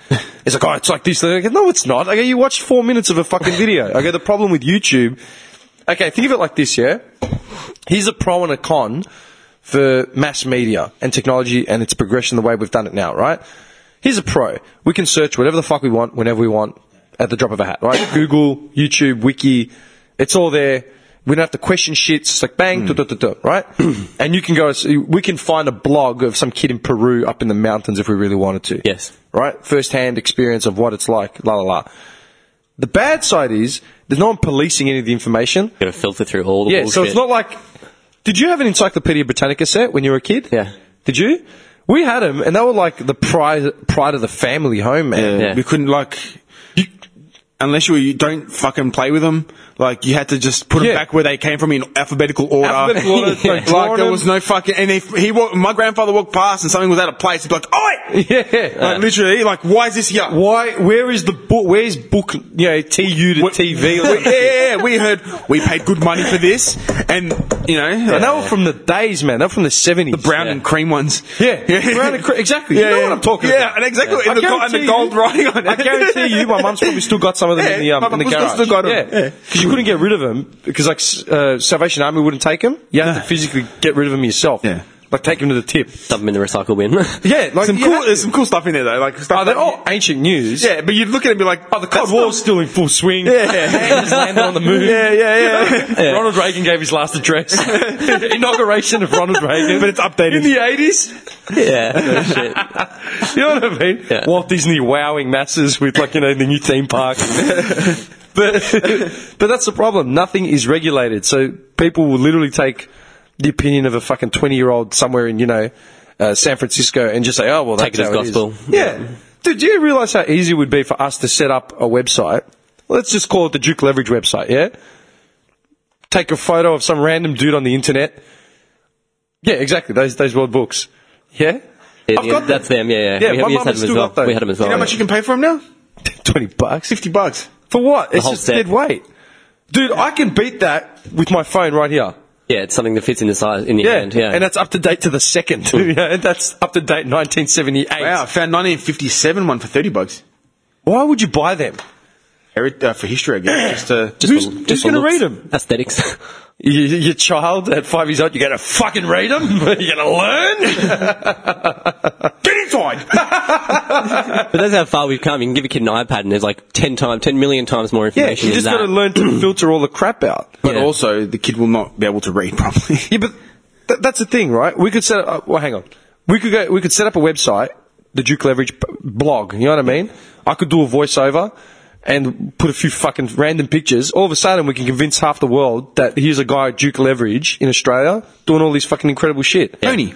F: He's like, oh, it's like this. I go, no, it's not. I go, you watched four minutes of a fucking video. I go, the problem with YouTube. Okay, think of it like this, yeah? Here's a pro and a con for mass media and technology and its progression the way we've done it now, right? Here's a pro. We can search whatever the fuck we want, whenever we want, at the drop of a hat, right? Google, YouTube, Wiki, it's all there. We don't have to question shit. It's just like bang, duh, duh, duh, duh, right? and you can go, we can find a blog of some kid in Peru up in the mountains if we really wanted to.
G: Yes.
F: Right? First hand experience of what it's like, la la la. The bad side is there's no one policing any of the information.
G: Got to filter through all the
F: Yeah,
G: bullshit.
F: so it's not like. Did you have an Encyclopedia Britannica set when you were a kid?
G: Yeah.
F: Did you? We had them, and they were like the pride, pride of the family home, man.
G: Yeah.
H: We couldn't like, you, unless you, you don't fucking play with them. Like you had to just put them
F: Yeah.
H: back where they came from in alphabetical order.
F: Alphabetical
H: [LAUGHS]
F: order, like,
H: like,
F: drawing
H: there
F: them.
H: was no fucking. And if he walked, my grandfather walked past and something was out of place, he'd be like, "Oi!"
F: [LAUGHS] Yeah.
H: Like literally, like why is this here?
F: Why? Where is the book? Where's book? You know, TU to
H: We-
F: TV.
H: we- [LAUGHS] yeah, yeah, yeah, we heard we paid good money for this, and you know,
F: And they were from the days, man. They were from the seventies.
H: the brown and cream ones.
F: Yeah, brown and cre- exactly.
H: Yeah,
F: you know
H: yeah.
F: what I'm talking
H: Yeah,
F: about.
H: and exactly.
F: I
H: And, the, go- and the
F: guarantee
H: gold
F: you-
H: writing on it.
F: I guarantee you,
H: [LAUGHS]
F: my mum's probably still got some of them in the
H: Yeah,
F: um,
H: my
F: in the
H: mum's
F: garage.
H: still got 'em.
F: Yeah,
H: Yeah.
F: because you couldn't get rid of them because like s- uh, Salvation Army wouldn't take them. You had to
H: No.
F: physically get rid of them yourself.
H: Yeah.
F: like take them to the tip.
G: Dump them in the recycle bin.
F: [LAUGHS] Yeah, like
H: some
F: you
H: cool,
F: had to.
H: there's some cool stuff in there though, like stuff.
F: Oh, they're
H: that-
F: all ancient news.
H: yeah, but you'd look at it and be like,
F: Oh, the Cold
H: that's
F: War's
H: not-
F: still in full swing. [LAUGHS]
H: Yeah.
F: Hand just landed on the moon.
H: Yeah, yeah, yeah.
F: Ronald Reagan gave his last address.
H: [LAUGHS]
F: [LAUGHS] Inauguration of Ronald Reagan.
H: But it's updated.
F: In the 80s,
G: yeah. Shit.
F: [LAUGHS] You know what I mean?
G: Yeah.
F: Walt Disney wowing masses with like you know the new theme
G: [LAUGHS]
F: park. but but that's the problem. Nothing is regulated, so people will literally take the opinion of a fucking twenty year old somewhere in you know uh, San Francisco and just say, oh well,
G: Take
F: that's
G: it as
F: how is."
G: gospel.
F: Yeah, dude, do you realize how easy it would be for us to set up a website? Let's just call it the Duke Leverage website. Yeah, take a photo of some random dude on the internet. Yeah, exactly. Those those world books. Yeah.
G: [LAUGHS] Yeah,
F: I've got
G: that's
F: them.
G: them. Yeah, yeah.
F: Yeah,
G: we,
F: my
G: we
F: mum
G: had
F: has
G: them as
F: still
G: well.
F: got those.
G: We had them as
H: You
G: well.
H: know how much you can pay for them now?
F: 20 bucks.
H: Fifty bucks.
F: For what? it's
G: whole
F: just
G: set.
F: dead weight. Dude, I can beat that with my phone right here.
G: Yeah, it's something that fits in the size in your
F: Yeah.
G: hand. Yeah, Hmm.
F: and that's up to date to the second. [LAUGHS] Yeah, that's up to date 1978.
H: Wow, I found 1957 one for 30 bucks.
F: Why would you buy them?
H: Heri- uh, for history, I guess. Just, uh,
F: Who's,
G: for-
F: who's
G: for
F: going to
G: looks.
F: read them? [LAUGHS]
G: aesthetics.
F: Your, your child at five years old, you're going to fucking read [LAUGHS] them? you're going to
G: [LAUGHS]
F: learn?
H: get inside!
G: but that's how far we've come. You can give a kid an iPad, and there's like ten times, ten million times more
F: Yeah,
G: information.
F: you just
G: than
F: got to
G: that.
F: learn
G: [CLEARS THROAT]
F: to filter all the crap out.
H: but
G: Yeah.
H: also, the kid will not be able to read properly.
F: Yeah, but th- that's the thing, right? We could set up. oh, Well, hang on. We could go. We could set up a website, the Duke Leverage p- blog. You know what I mean? I could do a voiceover and put a few fucking random pictures. All of a sudden, we can convince half the world that here's a guy at Duke Leverage in Australia doing all these fucking incredible shit.
H: Coney.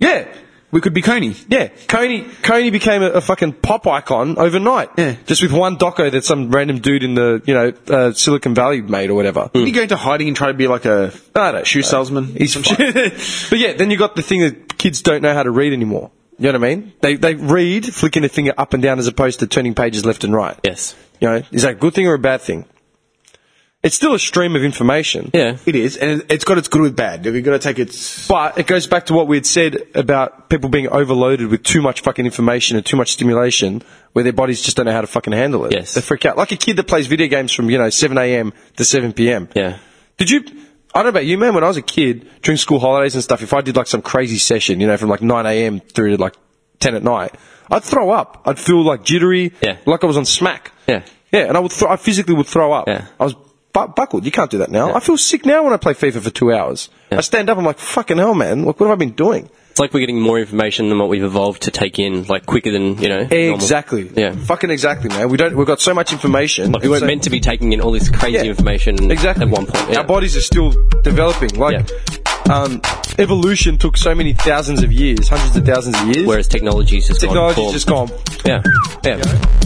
F: Yeah.
H: We could be Coney.
F: Yeah, Coney Coney became a, a fucking pop icon overnight.
H: Yeah.
F: just with one doco that some random dude in the you know uh, Silicon Valley made or whatever.
H: You go into hiding and try to be like a
F: I don't
H: shoe
F: know.
H: salesman.
F: He's [LAUGHS] but yeah, then you got the thing that kids don't know how to read anymore. You know what I mean? They they read flicking their finger up and down as opposed to turning pages left and right.
G: Yes.
F: You know, is that a good thing or a bad thing? It's still a stream of information.
G: Yeah.
H: It is, and it's got its good with bad. You've got to take its.
F: But it goes back to what we had said about people being overloaded with too much fucking information and too much stimulation where their bodies just don't know how to fucking handle it.
G: Yes.
F: They freak out. Like a kid that plays video games from, you know, 7am to 7pm.
G: Yeah.
F: Did you? I don't know about you, man. When I was a kid, during school holidays and stuff, if I did like some crazy session, you know, from like 9 a.m. through to like 10 at night, I'd throw up. I'd feel like jittery,
G: Yeah.
F: like I was on smack.
G: Yeah.
F: Yeah, and I would, throw, I physically would throw up.
G: Yeah.
F: I was bu- buckled. You can't do that now. I feel sick now when I play FIFA for two hours. I stand up, I'm like, fucking hell, man. Like, what have I been doing?
G: It's like we're getting more information than what we've evolved to take in, like quicker than you know. normal.
F: Exactly.
G: Yeah.
F: Fucking exactly, man. We don't, we've got so much information.
G: Like we weren't
F: So-
G: meant to be taking in all this crazy information
F: exactly.
G: at one point. Yeah.
F: Our bodies are still developing. Like um, evolution took so many thousands of years, hundreds of thousands of years.
G: Whereas technology's just
F: technology's
G: gone. boom.
F: just gone.
G: Yeah. Yeah.